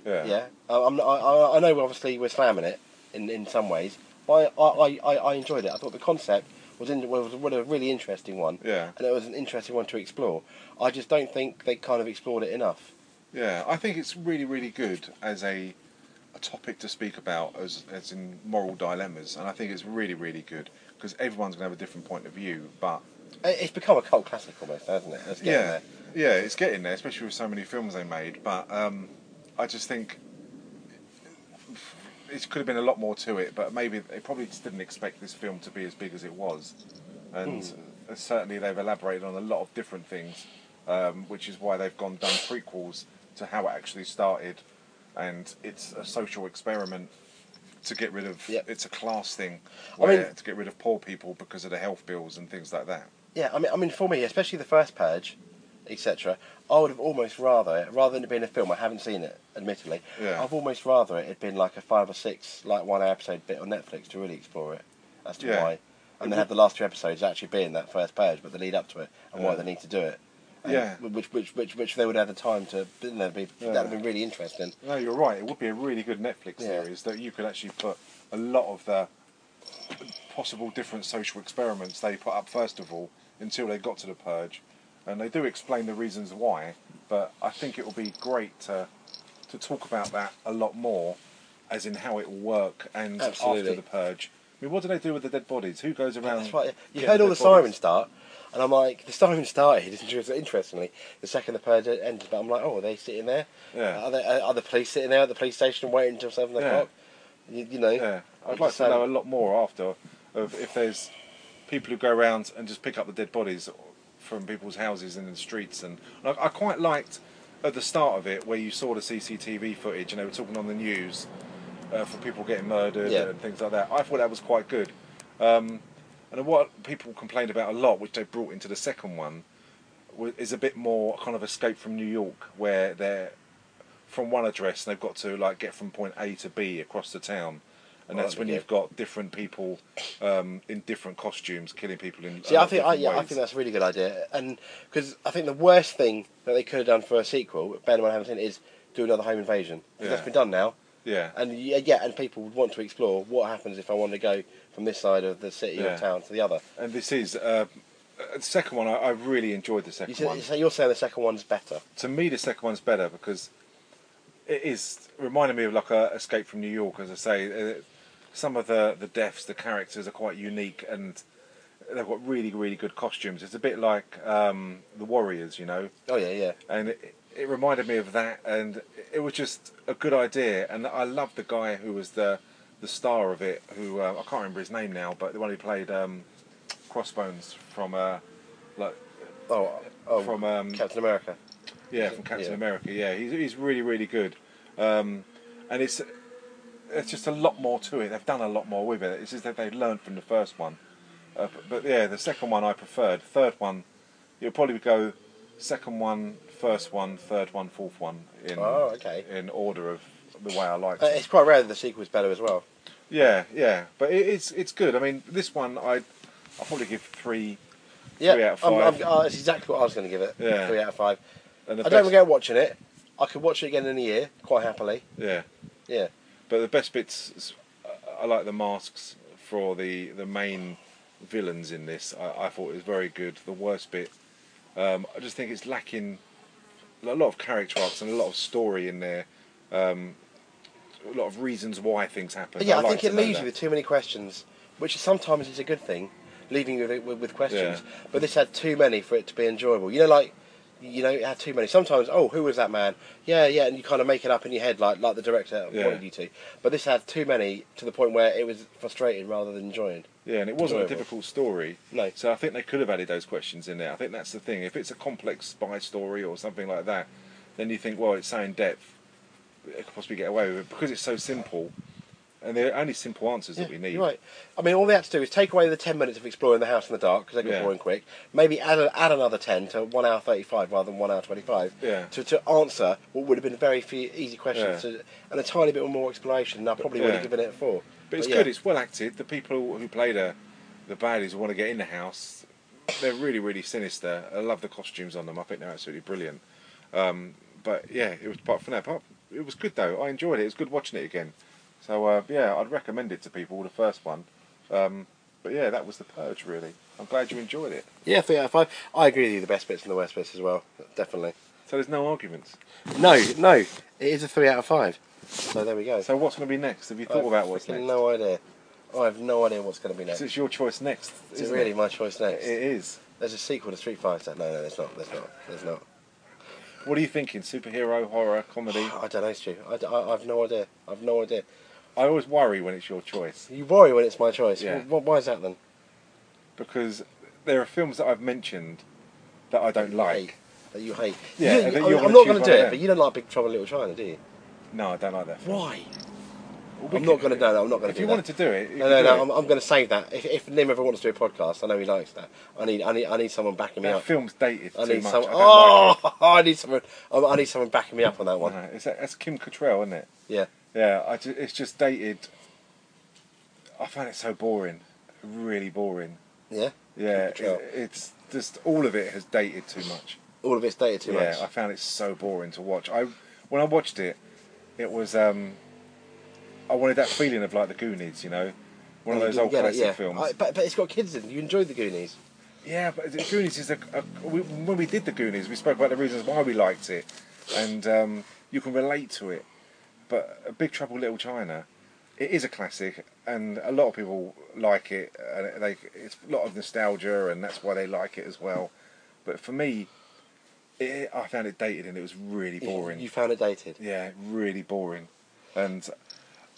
[SPEAKER 2] Yeah.
[SPEAKER 1] Yeah. I, I'm, I, I I know obviously we're slamming it in, in some ways, but I, I, I, I enjoyed it. I thought the concept was, in, was, was a really interesting one.
[SPEAKER 2] Yeah.
[SPEAKER 1] And it was an interesting one to explore. I just don't think they kind of explored it enough.
[SPEAKER 2] Yeah, I think it's really, really good as a, a topic to speak about, as, as in moral dilemmas, and I think it's really, really good because everyone's going to have a different point of view. But
[SPEAKER 1] It- It's become a cult classic almost, hasn't it? Let's get
[SPEAKER 2] yeah,
[SPEAKER 1] there.
[SPEAKER 2] yeah, it's getting there, especially with so many films they made. But um, I just think it could have been a lot more to it, but maybe they probably just didn't expect this film to be as big as it was, and
[SPEAKER 1] Hmm.
[SPEAKER 2] uh, certainly they've elaborated on a lot of different things, um, which is why they've gone done prequels to how it actually started, and it's a social experiment to get rid of.
[SPEAKER 1] Yep.
[SPEAKER 2] It's a class thing,
[SPEAKER 1] I mean-
[SPEAKER 2] where to get rid of poor people because of the health bills and things like that.
[SPEAKER 1] Yeah, I mean, I mean, for me, especially the first purge, etc. I would have almost rather it, rather than it being a film. I haven't seen it, admittedly.
[SPEAKER 2] Yeah.
[SPEAKER 1] I've almost rather it had been like a five or six, like one hour episode bit on Netflix to really explore it. as to
[SPEAKER 2] Yeah.
[SPEAKER 1] why. And they have the last two episodes actually being that first page, but the lead up to it and why
[SPEAKER 2] Yeah.
[SPEAKER 1] they need to do it. And
[SPEAKER 2] Yeah.
[SPEAKER 1] Which, which, which, which they would have the time to. You know, be,
[SPEAKER 2] Yeah.
[SPEAKER 1] That would be really interesting.
[SPEAKER 2] No, you're right. It would be a really good Netflix
[SPEAKER 1] Yeah.
[SPEAKER 2] series that you could actually put a lot of the possible different social experiments they put up first of all until they got to the purge, and they do explain the reasons why. But I think it would be great to to talk about that a lot more, as in how it will work and
[SPEAKER 1] Absolutely.
[SPEAKER 2] after the purge. I mean, what do they do with the dead bodies? Who goes around?
[SPEAKER 1] That's right. You
[SPEAKER 2] getting
[SPEAKER 1] Um, heard all the
[SPEAKER 2] dead bodies?
[SPEAKER 1] sirens start, and I'm like, the siren started. inter- Interestingly, the second the purge ended, but I'm like, oh, are they sitting there?
[SPEAKER 2] Yeah.
[SPEAKER 1] Are, they, are, are the police sitting there at the police station waiting until seven
[SPEAKER 2] Yeah.
[SPEAKER 1] o'clock? You, you know.
[SPEAKER 2] Yeah, I'd
[SPEAKER 1] It's
[SPEAKER 2] like
[SPEAKER 1] the
[SPEAKER 2] to know a
[SPEAKER 1] same.
[SPEAKER 2] lot more after of if there's people who go around and just pick up the dead bodies from people's houses and in the streets. And like, I quite liked at the start of it where you saw the CCTV footage and they were talking on the news uh, for people getting murdered
[SPEAKER 1] Yeah.
[SPEAKER 2] and things like that. I thought that was quite good. Um, and what people complained about a lot, which they brought into the second one, wa- is a bit more kind of escape from New York, where they're from one address and they've got to like get from point A to B across the town, and
[SPEAKER 1] Well,
[SPEAKER 2] that's
[SPEAKER 1] that'd
[SPEAKER 2] when
[SPEAKER 1] be
[SPEAKER 2] you've
[SPEAKER 1] good.
[SPEAKER 2] got different people um, in different costumes killing people in. a
[SPEAKER 1] See,
[SPEAKER 2] lot
[SPEAKER 1] I
[SPEAKER 2] of
[SPEAKER 1] think I,
[SPEAKER 2] different
[SPEAKER 1] yeah, I
[SPEAKER 2] ways.
[SPEAKER 1] think that's a really good idea, and because I think the worst thing that they could have done for a sequel, bear in mind I haven't seen, it, is do another home invasion. 'Cause
[SPEAKER 2] Yeah.
[SPEAKER 1] That's been done now,
[SPEAKER 2] yeah,
[SPEAKER 1] and yeah, yeah, and people would want to explore what happens if I want to go from this side of the city
[SPEAKER 2] Yeah.
[SPEAKER 1] or town to the other.
[SPEAKER 2] and this is uh, uh, the second one. I, I really enjoyed the
[SPEAKER 1] You
[SPEAKER 2] second one.
[SPEAKER 1] said, so you're saying the second one's better.
[SPEAKER 2] to me, the second one's better because it is reminding me of like a Escape from New York, as I say. Uh, Some of the the deaths, the characters are quite unique, and they've got really really good costumes. It's a bit like um, the Warriors, you know,
[SPEAKER 1] Oh yeah, yeah.
[SPEAKER 2] and it, it reminded me of that, and it was just a good idea. And I loved the guy who was the the star of it, who uh, I can't remember his name now, but the one who played um, Crossbones from uh, like
[SPEAKER 1] Oh, oh
[SPEAKER 2] from um,
[SPEAKER 1] Captain America.
[SPEAKER 2] yeah, from Captain
[SPEAKER 1] Yeah.
[SPEAKER 2] America. Yeah, he's he's really really good, um, and it's it's just a lot more to it. They've done a lot more with it. It's just that they've learned from the first one, uh, but, but yeah, the second one I preferred. Third one, you'll probably go second one, first one, third one, fourth one in
[SPEAKER 1] Oh, okay.
[SPEAKER 2] in order of the way I liked
[SPEAKER 1] Uh,
[SPEAKER 2] it.
[SPEAKER 1] it's quite rare that the sequel's better as well.
[SPEAKER 2] Yeah, yeah, but it, it's it's good. I mean, this one I I'll probably give three.
[SPEAKER 1] Yeah,
[SPEAKER 2] Three out of
[SPEAKER 1] I'm,
[SPEAKER 2] five.
[SPEAKER 1] I'm, uh, that's exactly what I was going to give it.
[SPEAKER 2] Yeah.
[SPEAKER 1] Three out of five.
[SPEAKER 2] And the
[SPEAKER 1] I don't
[SPEAKER 2] best-
[SPEAKER 1] regret watching it. I could watch it again in a year quite happily.
[SPEAKER 2] Yeah.
[SPEAKER 1] Yeah.
[SPEAKER 2] But the best bits, is- I like the masks for the the main villains in this. I, I thought it was very good. The worst bit, um, I just think it's lacking a lot of character arcs and a lot of story in there. Um, a lot of reasons why things happen.
[SPEAKER 1] But yeah, I,
[SPEAKER 2] like
[SPEAKER 1] think
[SPEAKER 2] to
[SPEAKER 1] it
[SPEAKER 2] know
[SPEAKER 1] leaves you
[SPEAKER 2] that.
[SPEAKER 1] with too many questions, which sometimes is a good thing, leaving you with, with, with questions. But this had too many for it to be enjoyable. You know, like you know, it had too many. Sometimes, oh, who was that man? Yeah, yeah, and you kind of make it up in your head, like like the director
[SPEAKER 2] Yeah.
[SPEAKER 1] wanted you to. But this had too many to the point where it was frustrating rather than enjoying.
[SPEAKER 2] Yeah, and it wasn't a
[SPEAKER 1] Enjoyable.
[SPEAKER 2] difficult story.
[SPEAKER 1] No.
[SPEAKER 2] So I think they could have added those questions in there. I think that's the thing. If it's a complex spy story or something like that, then you think, well, it's so in depth, it could possibly get away with it because it's so simple, and they're only simple answers that we
[SPEAKER 1] Yeah,
[SPEAKER 2] need.
[SPEAKER 1] You're right. I mean, all they had to do is take away the 10 minutes of exploring the house in the dark, because they got
[SPEAKER 2] Yeah.
[SPEAKER 1] boring quick. Maybe add, a, add another 10 to 1 hour 35 rather than 1 hour 25
[SPEAKER 2] Yeah.
[SPEAKER 1] to, to answer what would have been very few easy questions
[SPEAKER 2] Yeah.
[SPEAKER 1] to, and a tiny bit more exploration. and I probably would
[SPEAKER 2] yeah.
[SPEAKER 1] have given it a 4.
[SPEAKER 2] But it's
[SPEAKER 1] yeah.
[SPEAKER 2] good. It's well acted. The people who play the the baddies who want to get in the house, they're really really sinister. I love the costumes on them. I think they're absolutely brilliant. Um, but yeah, it was apart from that. Apart, it was good though. I enjoyed it. It was good watching it again. So uh, yeah, I'd recommend it to people. The first one. Um, but yeah, that was the purge. Really, I'm glad you enjoyed it.
[SPEAKER 1] Yeah, 3 out of 5. I agree with you, the best bits and the worst bits as well, definitely.
[SPEAKER 2] So there's no arguments.
[SPEAKER 1] No, no, it is a 3 out of 5. So there we go.
[SPEAKER 2] So what's going to be next? Have you thought
[SPEAKER 1] I've
[SPEAKER 2] about what's
[SPEAKER 1] Uh, freaking
[SPEAKER 2] next?
[SPEAKER 1] No idea. I have no idea what's going to be next.
[SPEAKER 2] 'Cause it's your choice next.
[SPEAKER 1] Is it
[SPEAKER 2] isn't
[SPEAKER 1] really
[SPEAKER 2] It?
[SPEAKER 1] my choice next?
[SPEAKER 2] it is.
[SPEAKER 1] There's a sequel to Street Fighter. No, no, there's not. There's not. There's not.
[SPEAKER 2] What are you thinking? Superhero, horror, comedy?
[SPEAKER 1] I don't know, Stu. I, I, have no idea. I've no idea.
[SPEAKER 2] I always worry when it's your choice.
[SPEAKER 1] You worry when it's my choice.
[SPEAKER 2] Yeah.
[SPEAKER 1] Wh- wh- why is that then?
[SPEAKER 2] because there are films that I've mentioned that I don't like.
[SPEAKER 1] Hate. That you hate.
[SPEAKER 2] Yeah,
[SPEAKER 1] You-
[SPEAKER 2] and then
[SPEAKER 1] I,
[SPEAKER 2] you're
[SPEAKER 1] am
[SPEAKER 2] gonna
[SPEAKER 1] not
[SPEAKER 2] choose
[SPEAKER 1] going to
[SPEAKER 2] one
[SPEAKER 1] do
[SPEAKER 2] of
[SPEAKER 1] it,
[SPEAKER 2] them.
[SPEAKER 1] but you don't like Big Trouble in Little China, do you?
[SPEAKER 2] No, I don't like that. Film.
[SPEAKER 1] Why? I'm not going to. No, no, I'm not going
[SPEAKER 2] If
[SPEAKER 1] to do
[SPEAKER 2] you
[SPEAKER 1] that.
[SPEAKER 2] wanted to do it, you
[SPEAKER 1] no,
[SPEAKER 2] could
[SPEAKER 1] no,
[SPEAKER 2] do
[SPEAKER 1] no.
[SPEAKER 2] it.
[SPEAKER 1] I'm, I'm going to save that. If, if Nim ever wants to do a podcast, I know he likes that. I need, I need, I need someone backing me
[SPEAKER 2] that
[SPEAKER 1] up.
[SPEAKER 2] film's dated
[SPEAKER 1] I
[SPEAKER 2] too
[SPEAKER 1] need
[SPEAKER 2] much.
[SPEAKER 1] some.
[SPEAKER 2] I don't
[SPEAKER 1] Oh, I need someone. I I need someone backing me up on that one.
[SPEAKER 2] like it. No, it's, that's Kim Cattrall, isn't it?
[SPEAKER 1] Yeah.
[SPEAKER 2] Yeah, I ju- it's just dated. I find it so boring. really boring.
[SPEAKER 1] Yeah.
[SPEAKER 2] Yeah,
[SPEAKER 1] Good shout.
[SPEAKER 2] it- it's just all of it has dated too much.
[SPEAKER 1] All of it's dated too
[SPEAKER 2] yeah, I
[SPEAKER 1] much.
[SPEAKER 2] found it so boring to watch. I when I watched it, it was um, I wanted that feeling of like the Goonies, you know, one of
[SPEAKER 1] You
[SPEAKER 2] those
[SPEAKER 1] didn't
[SPEAKER 2] old
[SPEAKER 1] get it,
[SPEAKER 2] classic
[SPEAKER 1] yeah.
[SPEAKER 2] films.
[SPEAKER 1] I- but, but it's got kids in. You enjoyed the Goonies.
[SPEAKER 2] Yeah, but the Goonies is a, a we, when we did the Goonies, we spoke about the reasons why we liked it, and um, you can relate to it. But a Big Trouble in Little China, it is a classic, and a lot of people like it, and they it's a lot of nostalgia, and that's why they like it as well. But for me, it, I found it dated, and it was really
[SPEAKER 1] You-
[SPEAKER 2] boring.
[SPEAKER 1] You, found it dated.
[SPEAKER 2] Yeah, really boring. And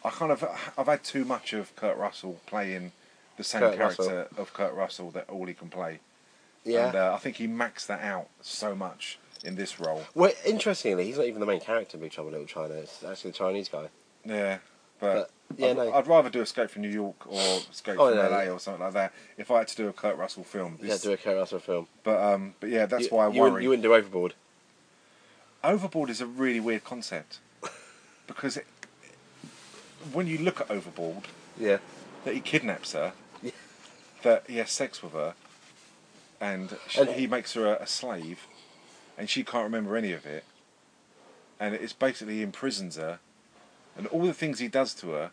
[SPEAKER 2] I kind of I've had too much of Kurt Russell playing the same
[SPEAKER 1] Kurt
[SPEAKER 2] character
[SPEAKER 1] Russell.
[SPEAKER 2] of Kurt Russell that all he can play.
[SPEAKER 1] Yeah.
[SPEAKER 2] And uh, I think he maxed that out so much in this role.
[SPEAKER 1] well, interestingly, he's not even the main character in Big Trouble in Little China. It's actually the Chinese guy.
[SPEAKER 2] Yeah. But,
[SPEAKER 1] But, yeah,
[SPEAKER 2] I'd,
[SPEAKER 1] no.
[SPEAKER 2] I'd rather do Escape from New York or Escape
[SPEAKER 1] Oh,
[SPEAKER 2] from
[SPEAKER 1] no,
[SPEAKER 2] LA
[SPEAKER 1] yeah.
[SPEAKER 2] or something like that if I had to do a Kurt Russell film.
[SPEAKER 1] He's had
[SPEAKER 2] This,
[SPEAKER 1] to do a Kurt Russell film.
[SPEAKER 2] but um, but yeah, that's
[SPEAKER 1] You-
[SPEAKER 2] why I
[SPEAKER 1] you
[SPEAKER 2] worry.
[SPEAKER 1] Wouldn't, you wouldn't do Overboard.
[SPEAKER 2] Overboard is a really weird concept because it, when you look at Overboard,
[SPEAKER 1] Yeah.
[SPEAKER 2] that he kidnaps her,
[SPEAKER 1] Yeah.
[SPEAKER 2] that he has sex with her, and, she,
[SPEAKER 1] And-
[SPEAKER 2] he makes her a, a slave, and she can't remember any of it, and it's basically he imprisons her, and all the things he does to her,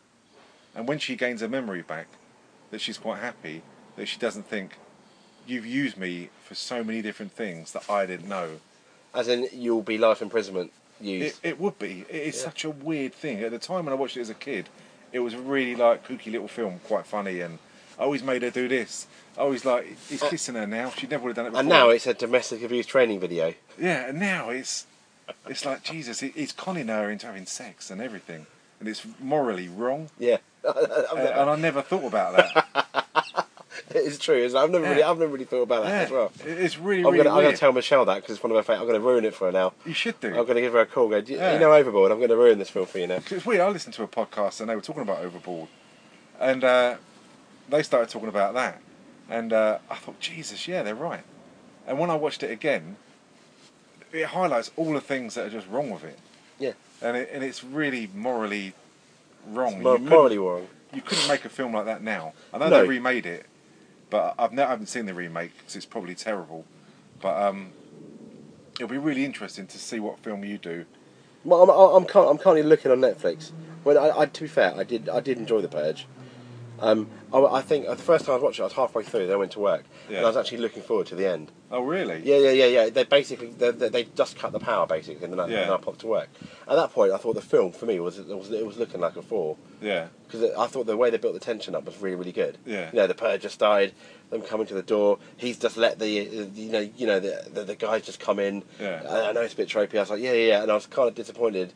[SPEAKER 2] and when she gains her memory back, that she's quite happy that she doesn't think, you've used me for so many different things that I didn't know.
[SPEAKER 1] As in, you'll be life imprisonment used.
[SPEAKER 2] It, it would be. It is
[SPEAKER 1] Yeah.
[SPEAKER 2] such a weird thing. At the time when I watched it as a kid, it was a really like kooky little film, quite funny, and I always made her do this. I always like he's kissing her now. She never would have done it. Before.
[SPEAKER 1] Oh. and now it's a domestic abuse training video.
[SPEAKER 2] yeah, and now it's it's like Jesus. It, it's conning her into having sex and everything, and it's morally wrong.
[SPEAKER 1] Yeah.
[SPEAKER 2] Uh, and I never thought about that.
[SPEAKER 1] it's true. It's, I've never
[SPEAKER 2] Yeah.
[SPEAKER 1] really, I've never really thought about that
[SPEAKER 2] yeah,
[SPEAKER 1] as well.
[SPEAKER 2] it- it's really
[SPEAKER 1] I'm
[SPEAKER 2] really
[SPEAKER 1] gonna, I'm gonna
[SPEAKER 2] weird.
[SPEAKER 1] tell Michelle that because it's one of her favorite. I'm gonna ruin it for her now.
[SPEAKER 2] you should do.
[SPEAKER 1] I'm gonna give her a call. Go, do you,
[SPEAKER 2] Yeah.
[SPEAKER 1] you know Overboard. I'm gonna ruin this film for you now.
[SPEAKER 2] 'Cause It's weird. I listened to a podcast and they were talking about Overboard, and uh, they started talking about that, and uh, I thought, Jesus, yeah, they're right. And when I watched it again, it highlights all the things that are just wrong with it,
[SPEAKER 1] Yeah.
[SPEAKER 2] and it, and it's really morally wrong.
[SPEAKER 1] Mor-
[SPEAKER 2] you,
[SPEAKER 1] morally wrong.
[SPEAKER 2] couldn't, you couldn't make a film like that now. I know
[SPEAKER 1] No.
[SPEAKER 2] they remade it, but I've ne- I haven't seen the remake 'cause it's probably terrible. But um, it'll be really interesting to see what film you do.
[SPEAKER 1] Well, I'm, I'm, I'm, cur- I'm currently looking on Netflix. When I, I, to be fair, I did, I did enjoy The Purge. Um, I, I think uh, the first time I watched it, I was halfway through. Then I went to work,
[SPEAKER 2] Yeah.
[SPEAKER 1] and I was actually looking forward to the end.
[SPEAKER 2] Oh, really?
[SPEAKER 1] Yeah, yeah, yeah, yeah. They basically they, they, they just cut the power basically, and then I,
[SPEAKER 2] Yeah.
[SPEAKER 1] and I popped to work. At that point, I thought the film for me was it was, it was looking like a four
[SPEAKER 2] Yeah.
[SPEAKER 1] because I thought the way they built the tension up was really really good.
[SPEAKER 2] Yeah.
[SPEAKER 1] You know, the purge just died. Them coming to the door. He's just let the uh, you know you know the the, the guys just come in.
[SPEAKER 2] Yeah.
[SPEAKER 1] I, I know it's a bit tropey. I was like yeah yeah, yeah. and I was kind of disappointed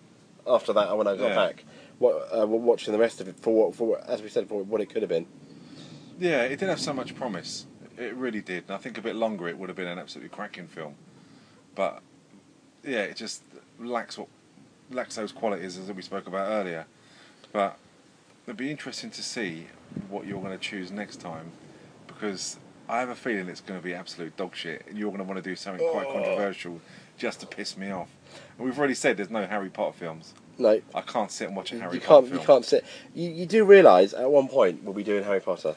[SPEAKER 1] after that when I got
[SPEAKER 2] Yeah.
[SPEAKER 1] back. What, uh, watching the rest of it for what for what- as we said for what it could have been.
[SPEAKER 2] Yeah, it did have so much promise. It really did. And I think a bit longer it would have been an absolutely cracking film. But yeah, it just lacks what lacks those qualities as we spoke about earlier. But it'd be interesting to see what you're going to choose next time because I have a feeling it's going to be absolute dog shit and you're going to want to do something quite
[SPEAKER 1] Oh.
[SPEAKER 2] controversial just to piss me off. And we've already said there's no Harry Potter films.
[SPEAKER 1] No,
[SPEAKER 2] I can't sit and watch a
[SPEAKER 1] you
[SPEAKER 2] Harry
[SPEAKER 1] you
[SPEAKER 2] Potter
[SPEAKER 1] can't
[SPEAKER 2] film.
[SPEAKER 1] you can't sit. You, you do realise at one point we'll be doing Harry Potter.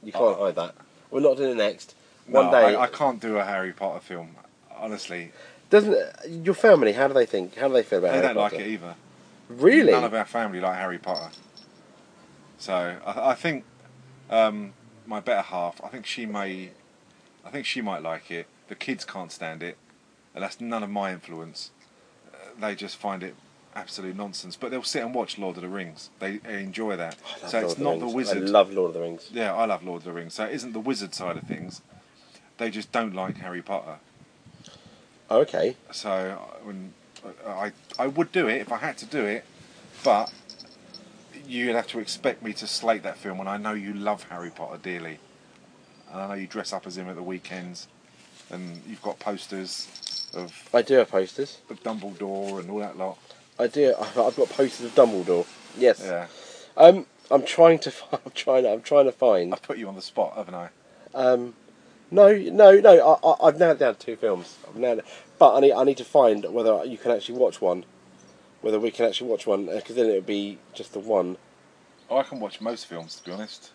[SPEAKER 1] You can't hide that. We're not doing it next. One
[SPEAKER 2] Oh. No,
[SPEAKER 1] day
[SPEAKER 2] I, I can't do a Harry Potter film. Honestly,
[SPEAKER 1] doesn't uh, your family? How do they think? How do they feel about
[SPEAKER 2] they
[SPEAKER 1] Harry
[SPEAKER 2] don't
[SPEAKER 1] Potter?
[SPEAKER 2] like it either.
[SPEAKER 1] Really?
[SPEAKER 2] None of our family like Harry Potter. So I, I think um, my better half. I think she may. I think she might like it. The kids can't stand it, and that's none of my influence. Uh, they just find it absolute nonsense. But they'll sit and watch Lord of the Rings. They, they enjoy that.
[SPEAKER 1] I love
[SPEAKER 2] So
[SPEAKER 1] Lord
[SPEAKER 2] it's
[SPEAKER 1] of the
[SPEAKER 2] not
[SPEAKER 1] Rings.
[SPEAKER 2] the wizard.
[SPEAKER 1] I love Lord of the Rings.
[SPEAKER 2] Yeah, I love Lord of the Rings. So it isn't the wizard side of things. They just don't like Harry Potter.
[SPEAKER 1] Oh, Okay.
[SPEAKER 2] So I, wouldn't- I I would do it if I had to do it, but you'd have to expect me to slate that film. And I know you love Harry Potter dearly, and I know you dress up as him at the weekends, and you've got posters of
[SPEAKER 1] I do have posters.
[SPEAKER 2] Dumbledore and all that lot.
[SPEAKER 1] I do. I've I've got posters of Dumbledore. Yes.
[SPEAKER 2] Yeah,
[SPEAKER 1] Um, I'm trying to. fi- I'm trying. I'm trying to find.
[SPEAKER 2] I put you on the spot, haven't I?
[SPEAKER 1] Um, no, no, no. I, I, I've nailed down two films. I've nailed, but I need. I need to find whether you can actually watch one. Whether we can actually watch uh, one, because then it would be just the one.
[SPEAKER 2] I can watch most films to be honest.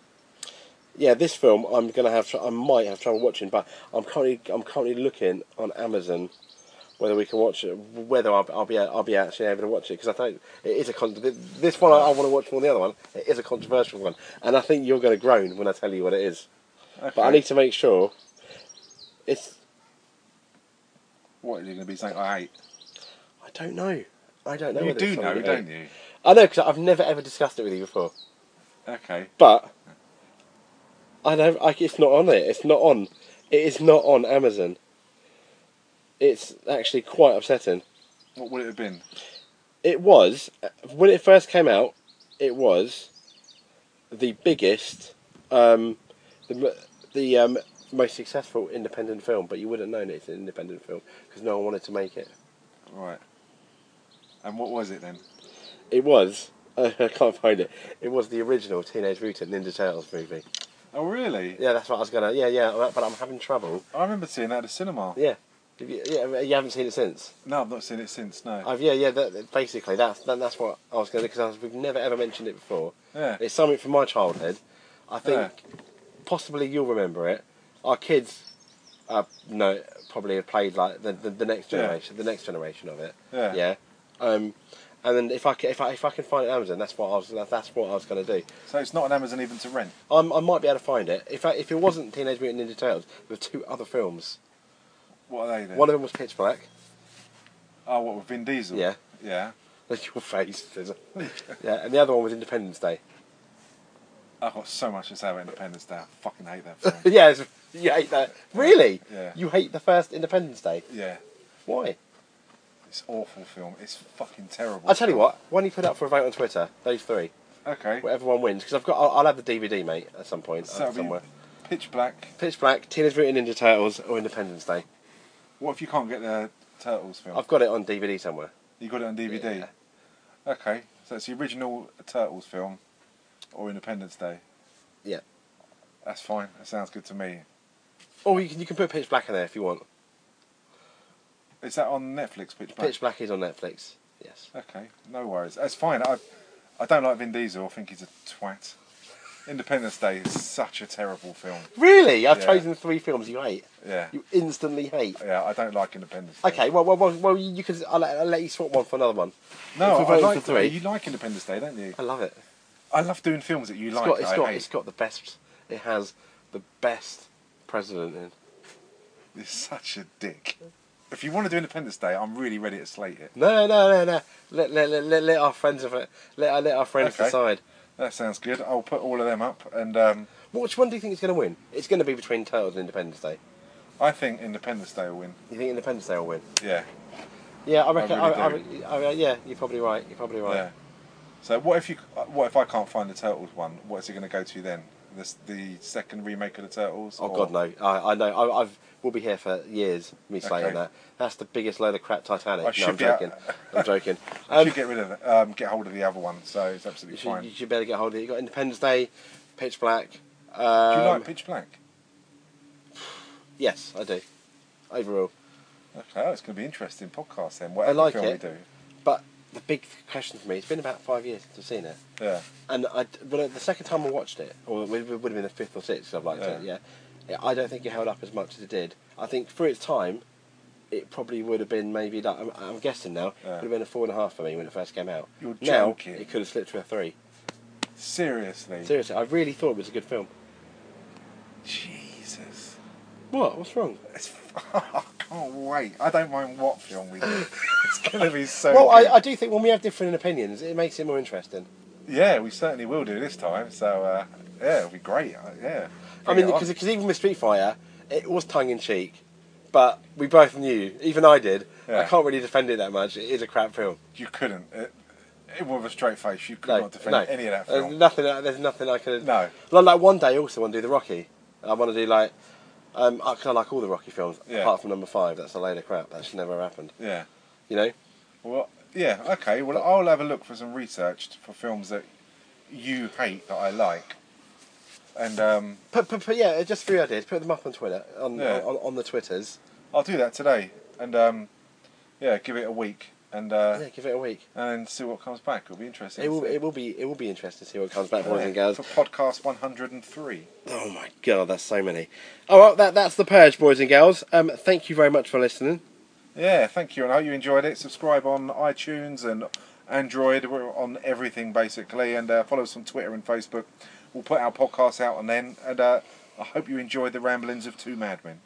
[SPEAKER 1] yeah, this film I'm gonna have tr- I might have trouble watching, but I'm currently I'm currently looking on Amazon whether we can watch it, whether I'll, I'll be I'll be actually able to watch it because I think it is a con- th- this one I, I want to watch more than the other one. It is a controversial one, and I think you're gonna groan when I tell you what it is. But I
[SPEAKER 2] Okay.
[SPEAKER 1] need to make sure it's
[SPEAKER 2] What is it going to be? Something I hate.
[SPEAKER 1] I don't know. I don't know.
[SPEAKER 2] you
[SPEAKER 1] whether
[SPEAKER 2] do
[SPEAKER 1] it's
[SPEAKER 2] know,
[SPEAKER 1] something I-
[SPEAKER 2] don't you?
[SPEAKER 1] I know because I've never ever discussed it with you before.
[SPEAKER 2] Okay.
[SPEAKER 1] But I don't. I, it's not on it. It's not on. It is not on Amazon. It's actually quite upsetting.
[SPEAKER 2] What would it have been?
[SPEAKER 1] It was when it first came out. It was the biggest, um, the m- the um, most successful independent film. But you wouldn't have known it's an independent film because no one wanted to make it.
[SPEAKER 2] Right. And what was it then?
[SPEAKER 1] It was. I can't find it. It was the original Teenage Mutant Ninja Turtles movie.
[SPEAKER 2] Oh, really?
[SPEAKER 1] Yeah, that's what I was gonna. Yeah, yeah. But I'm having trouble.
[SPEAKER 2] I remember seeing that at the cinema.
[SPEAKER 1] Yeah. Have you, yeah, you haven't seen it since.
[SPEAKER 2] No, I've not seen it since. No.
[SPEAKER 1] I've yeah yeah. That, that- basically, that's that, that's what I was going to because we've never ever mentioned it before.
[SPEAKER 2] yeah.
[SPEAKER 1] It's something from my childhood. I think
[SPEAKER 2] Ah.
[SPEAKER 1] possibly you'll remember it. Our kids, uh, no, probably have played like the, the, the next
[SPEAKER 2] Yeah.
[SPEAKER 1] generation, the next generation of it.
[SPEAKER 2] Yeah.
[SPEAKER 1] Yeah. Um, and then if I, ca- if I if I can find it on Amazon, that's what I was that- that's what I was going to do.
[SPEAKER 2] So it's not on Amazon even to rent.
[SPEAKER 1] I'm, I might be able to find it. If I, if it wasn't Teenage Mutant Ninja Turtles, there were two other films.
[SPEAKER 2] What are they then?
[SPEAKER 1] One of them was Pitch Black.
[SPEAKER 2] Oh, what with Vin Diesel?
[SPEAKER 1] Yeah.
[SPEAKER 2] Yeah.
[SPEAKER 1] Look at your face. There's a- yeah, and the other one was Independence Day.
[SPEAKER 2] I've got so much to say about Independence Day. I fucking hate that film.
[SPEAKER 1] yeah, it's, you hate that. Really?
[SPEAKER 2] Yeah.
[SPEAKER 1] You hate the first Independence Day.
[SPEAKER 2] yeah.
[SPEAKER 1] Why?
[SPEAKER 2] It's awful film. It's fucking terrible.
[SPEAKER 1] I tell you what. Why don't you put it up for a vote on Twitter? Those three.
[SPEAKER 2] Okay.
[SPEAKER 1] Whatever one wins, because I've got. I'll, I'll have the DVD, mate, at some point
[SPEAKER 2] so
[SPEAKER 1] uh,
[SPEAKER 2] it'll
[SPEAKER 1] somewhere.
[SPEAKER 2] be Pitch Black.
[SPEAKER 1] Pitch Black, Teenage Mutant Ninja Turtles, or Independence Day.
[SPEAKER 2] What if you can't get the Turtles film?
[SPEAKER 1] I've got it on DVD somewhere.
[SPEAKER 2] You got it on DVD.
[SPEAKER 1] Yeah.
[SPEAKER 2] Okay, so it's the original Turtles film, or Independence Day.
[SPEAKER 1] Yeah.
[SPEAKER 2] That's fine. That sounds good to me.
[SPEAKER 1] Or you can you can put Pitch Black in there if you want.
[SPEAKER 2] Is that on Netflix? Pitch Black.
[SPEAKER 1] Pitch Black is on Netflix. Yes.
[SPEAKER 2] Okay, no worries. That's fine. I, I don't like Vin Diesel. I think he's a twat. Independence Day is such a terrible film.
[SPEAKER 1] Really? I've
[SPEAKER 2] Yeah.
[SPEAKER 1] chosen three films you hate.
[SPEAKER 2] Yeah.
[SPEAKER 1] You instantly hate.
[SPEAKER 2] Yeah, I don't like Independence. Day.
[SPEAKER 1] Okay. Well, well, well, well you, you can. I'll, let- I'll let you swap one for another one.
[SPEAKER 2] No,
[SPEAKER 1] if we're
[SPEAKER 2] I
[SPEAKER 1] voting
[SPEAKER 2] like
[SPEAKER 1] for three.
[SPEAKER 2] You like Independence Day, don't you?
[SPEAKER 1] I love it.
[SPEAKER 2] I love doing films that you
[SPEAKER 1] It's
[SPEAKER 2] like.
[SPEAKER 1] got,
[SPEAKER 2] that
[SPEAKER 1] it's
[SPEAKER 2] I
[SPEAKER 1] got,
[SPEAKER 2] hate.
[SPEAKER 1] it's got the best. It has the best president in.
[SPEAKER 2] It's such a dick. If you want to do Independence Day, I'm really ready to slate it.
[SPEAKER 1] No, no, no, no. Let let, let, let, let our friends of it. Let uh, let our friends
[SPEAKER 2] Okay.
[SPEAKER 1] decide.
[SPEAKER 2] That sounds good. I'll put all of them up, and um,
[SPEAKER 1] Which one do you think is going to win? It's going to be between Turtles and Independence Day.
[SPEAKER 2] I think Independence Day will win.
[SPEAKER 1] You think Independence Day will win?
[SPEAKER 2] Yeah,
[SPEAKER 1] Yeah, I reckon. I,
[SPEAKER 2] really
[SPEAKER 1] I, I- I- yeah, you're probably right. You're probably right.
[SPEAKER 2] yeah. So what if you? What if I can't find the Turtles one? What is it going to go to then? This the second remake of the Turtles?
[SPEAKER 1] Oh
[SPEAKER 2] or-
[SPEAKER 1] God, no! I, I know. I, I've we'll be here for years. Me saying
[SPEAKER 2] Okay.
[SPEAKER 1] that. That's the biggest load of crap. Titanic.
[SPEAKER 2] I
[SPEAKER 1] no,
[SPEAKER 2] should
[SPEAKER 1] I'm
[SPEAKER 2] be out-
[SPEAKER 1] joking. I'm joking.
[SPEAKER 2] I
[SPEAKER 1] Um,
[SPEAKER 2] should get rid of it. Um, get hold of the other one. So it's absolutely
[SPEAKER 1] you, should,
[SPEAKER 2] fine.
[SPEAKER 1] you should better get hold of it. You got Independence Day, Pitch Black.
[SPEAKER 2] do you
[SPEAKER 1] um,
[SPEAKER 2] like Pitch Black?
[SPEAKER 1] Yes, I do. Overall.
[SPEAKER 2] Okay, oh, it's going to be interesting podcast then. Whatever
[SPEAKER 1] like
[SPEAKER 2] film
[SPEAKER 1] it.
[SPEAKER 2] we do.
[SPEAKER 1] But the big question for me, it's been about five years since I've seen it.
[SPEAKER 2] Yeah.
[SPEAKER 1] And I, well, the second time I watched it, or it would it would have been the fifth or sixth, I've liked it, yeah. yeah. I don't think it held up as much as it did. I think for its time, it probably would have been maybe, like, I'm, I'm guessing now,
[SPEAKER 2] Yeah.
[SPEAKER 1] would have been a four and a half for me when it first came out.
[SPEAKER 2] You're
[SPEAKER 1] now,
[SPEAKER 2] joking. Mm.
[SPEAKER 1] it could have slipped to a three.
[SPEAKER 2] Seriously.
[SPEAKER 1] Seriously, I really thought it was a good film.
[SPEAKER 2] Jesus.
[SPEAKER 1] What? What's wrong?
[SPEAKER 2] It's, I can't wait. I don't mind what film we do. It's going to be so.
[SPEAKER 1] well,
[SPEAKER 2] good.
[SPEAKER 1] I, I do think when we have different opinions, it makes it more interesting.
[SPEAKER 2] Yeah, we certainly will do this time. So uh, yeah, it'll be great. Uh, yeah.
[SPEAKER 1] I mean,
[SPEAKER 2] Yeah,
[SPEAKER 1] because even with Street Fighter, it was tongue in cheek, but we both knew, even I did. I
[SPEAKER 2] Yeah.
[SPEAKER 1] can't really defend it that much. It is a crap film.
[SPEAKER 2] you couldn't. It, it with a straight face, you could
[SPEAKER 1] No,
[SPEAKER 2] not defend
[SPEAKER 1] no. Uh,
[SPEAKER 2] any of that
[SPEAKER 1] There's
[SPEAKER 2] film.
[SPEAKER 1] nothing. There's nothing I could.
[SPEAKER 2] No.
[SPEAKER 1] Like, like one day, I also want to do the Rocky. I want to do like, um, I kind of like all the Rocky films
[SPEAKER 2] Yeah.
[SPEAKER 1] apart from number five. That's a load of crap. That's never happened.
[SPEAKER 2] Yeah.
[SPEAKER 1] You know.
[SPEAKER 2] Well, yeah. Okay. Well, I'll have a look for some research for films that you hate that I like. And um,
[SPEAKER 1] But, but, but yeah, just three ideas. Put them up on Twitter on
[SPEAKER 2] Yeah.
[SPEAKER 1] on, on the Twitters.
[SPEAKER 2] I'll do that today. And um, yeah, give it a week, and uh,
[SPEAKER 1] yeah, give it a week.
[SPEAKER 2] and see what comes back. It'll be interesting.
[SPEAKER 1] It
[SPEAKER 2] to
[SPEAKER 1] will.
[SPEAKER 2] see.
[SPEAKER 1] It will be. It will be interesting to see what comes back, boys and girls.
[SPEAKER 2] For podcast 103.
[SPEAKER 1] Oh my god, that's so many. Oh well, that that's the purge, boys and girls. Um, thank you very much for listening.
[SPEAKER 2] Yeah, thank you, and I hope you enjoyed it. Subscribe on iTunes and Android. We're on everything basically, and uh, follow us on Twitter and Facebook. We'll put our podcasts out and then, and uh, I hope you enjoyed the ramblings of two madmen.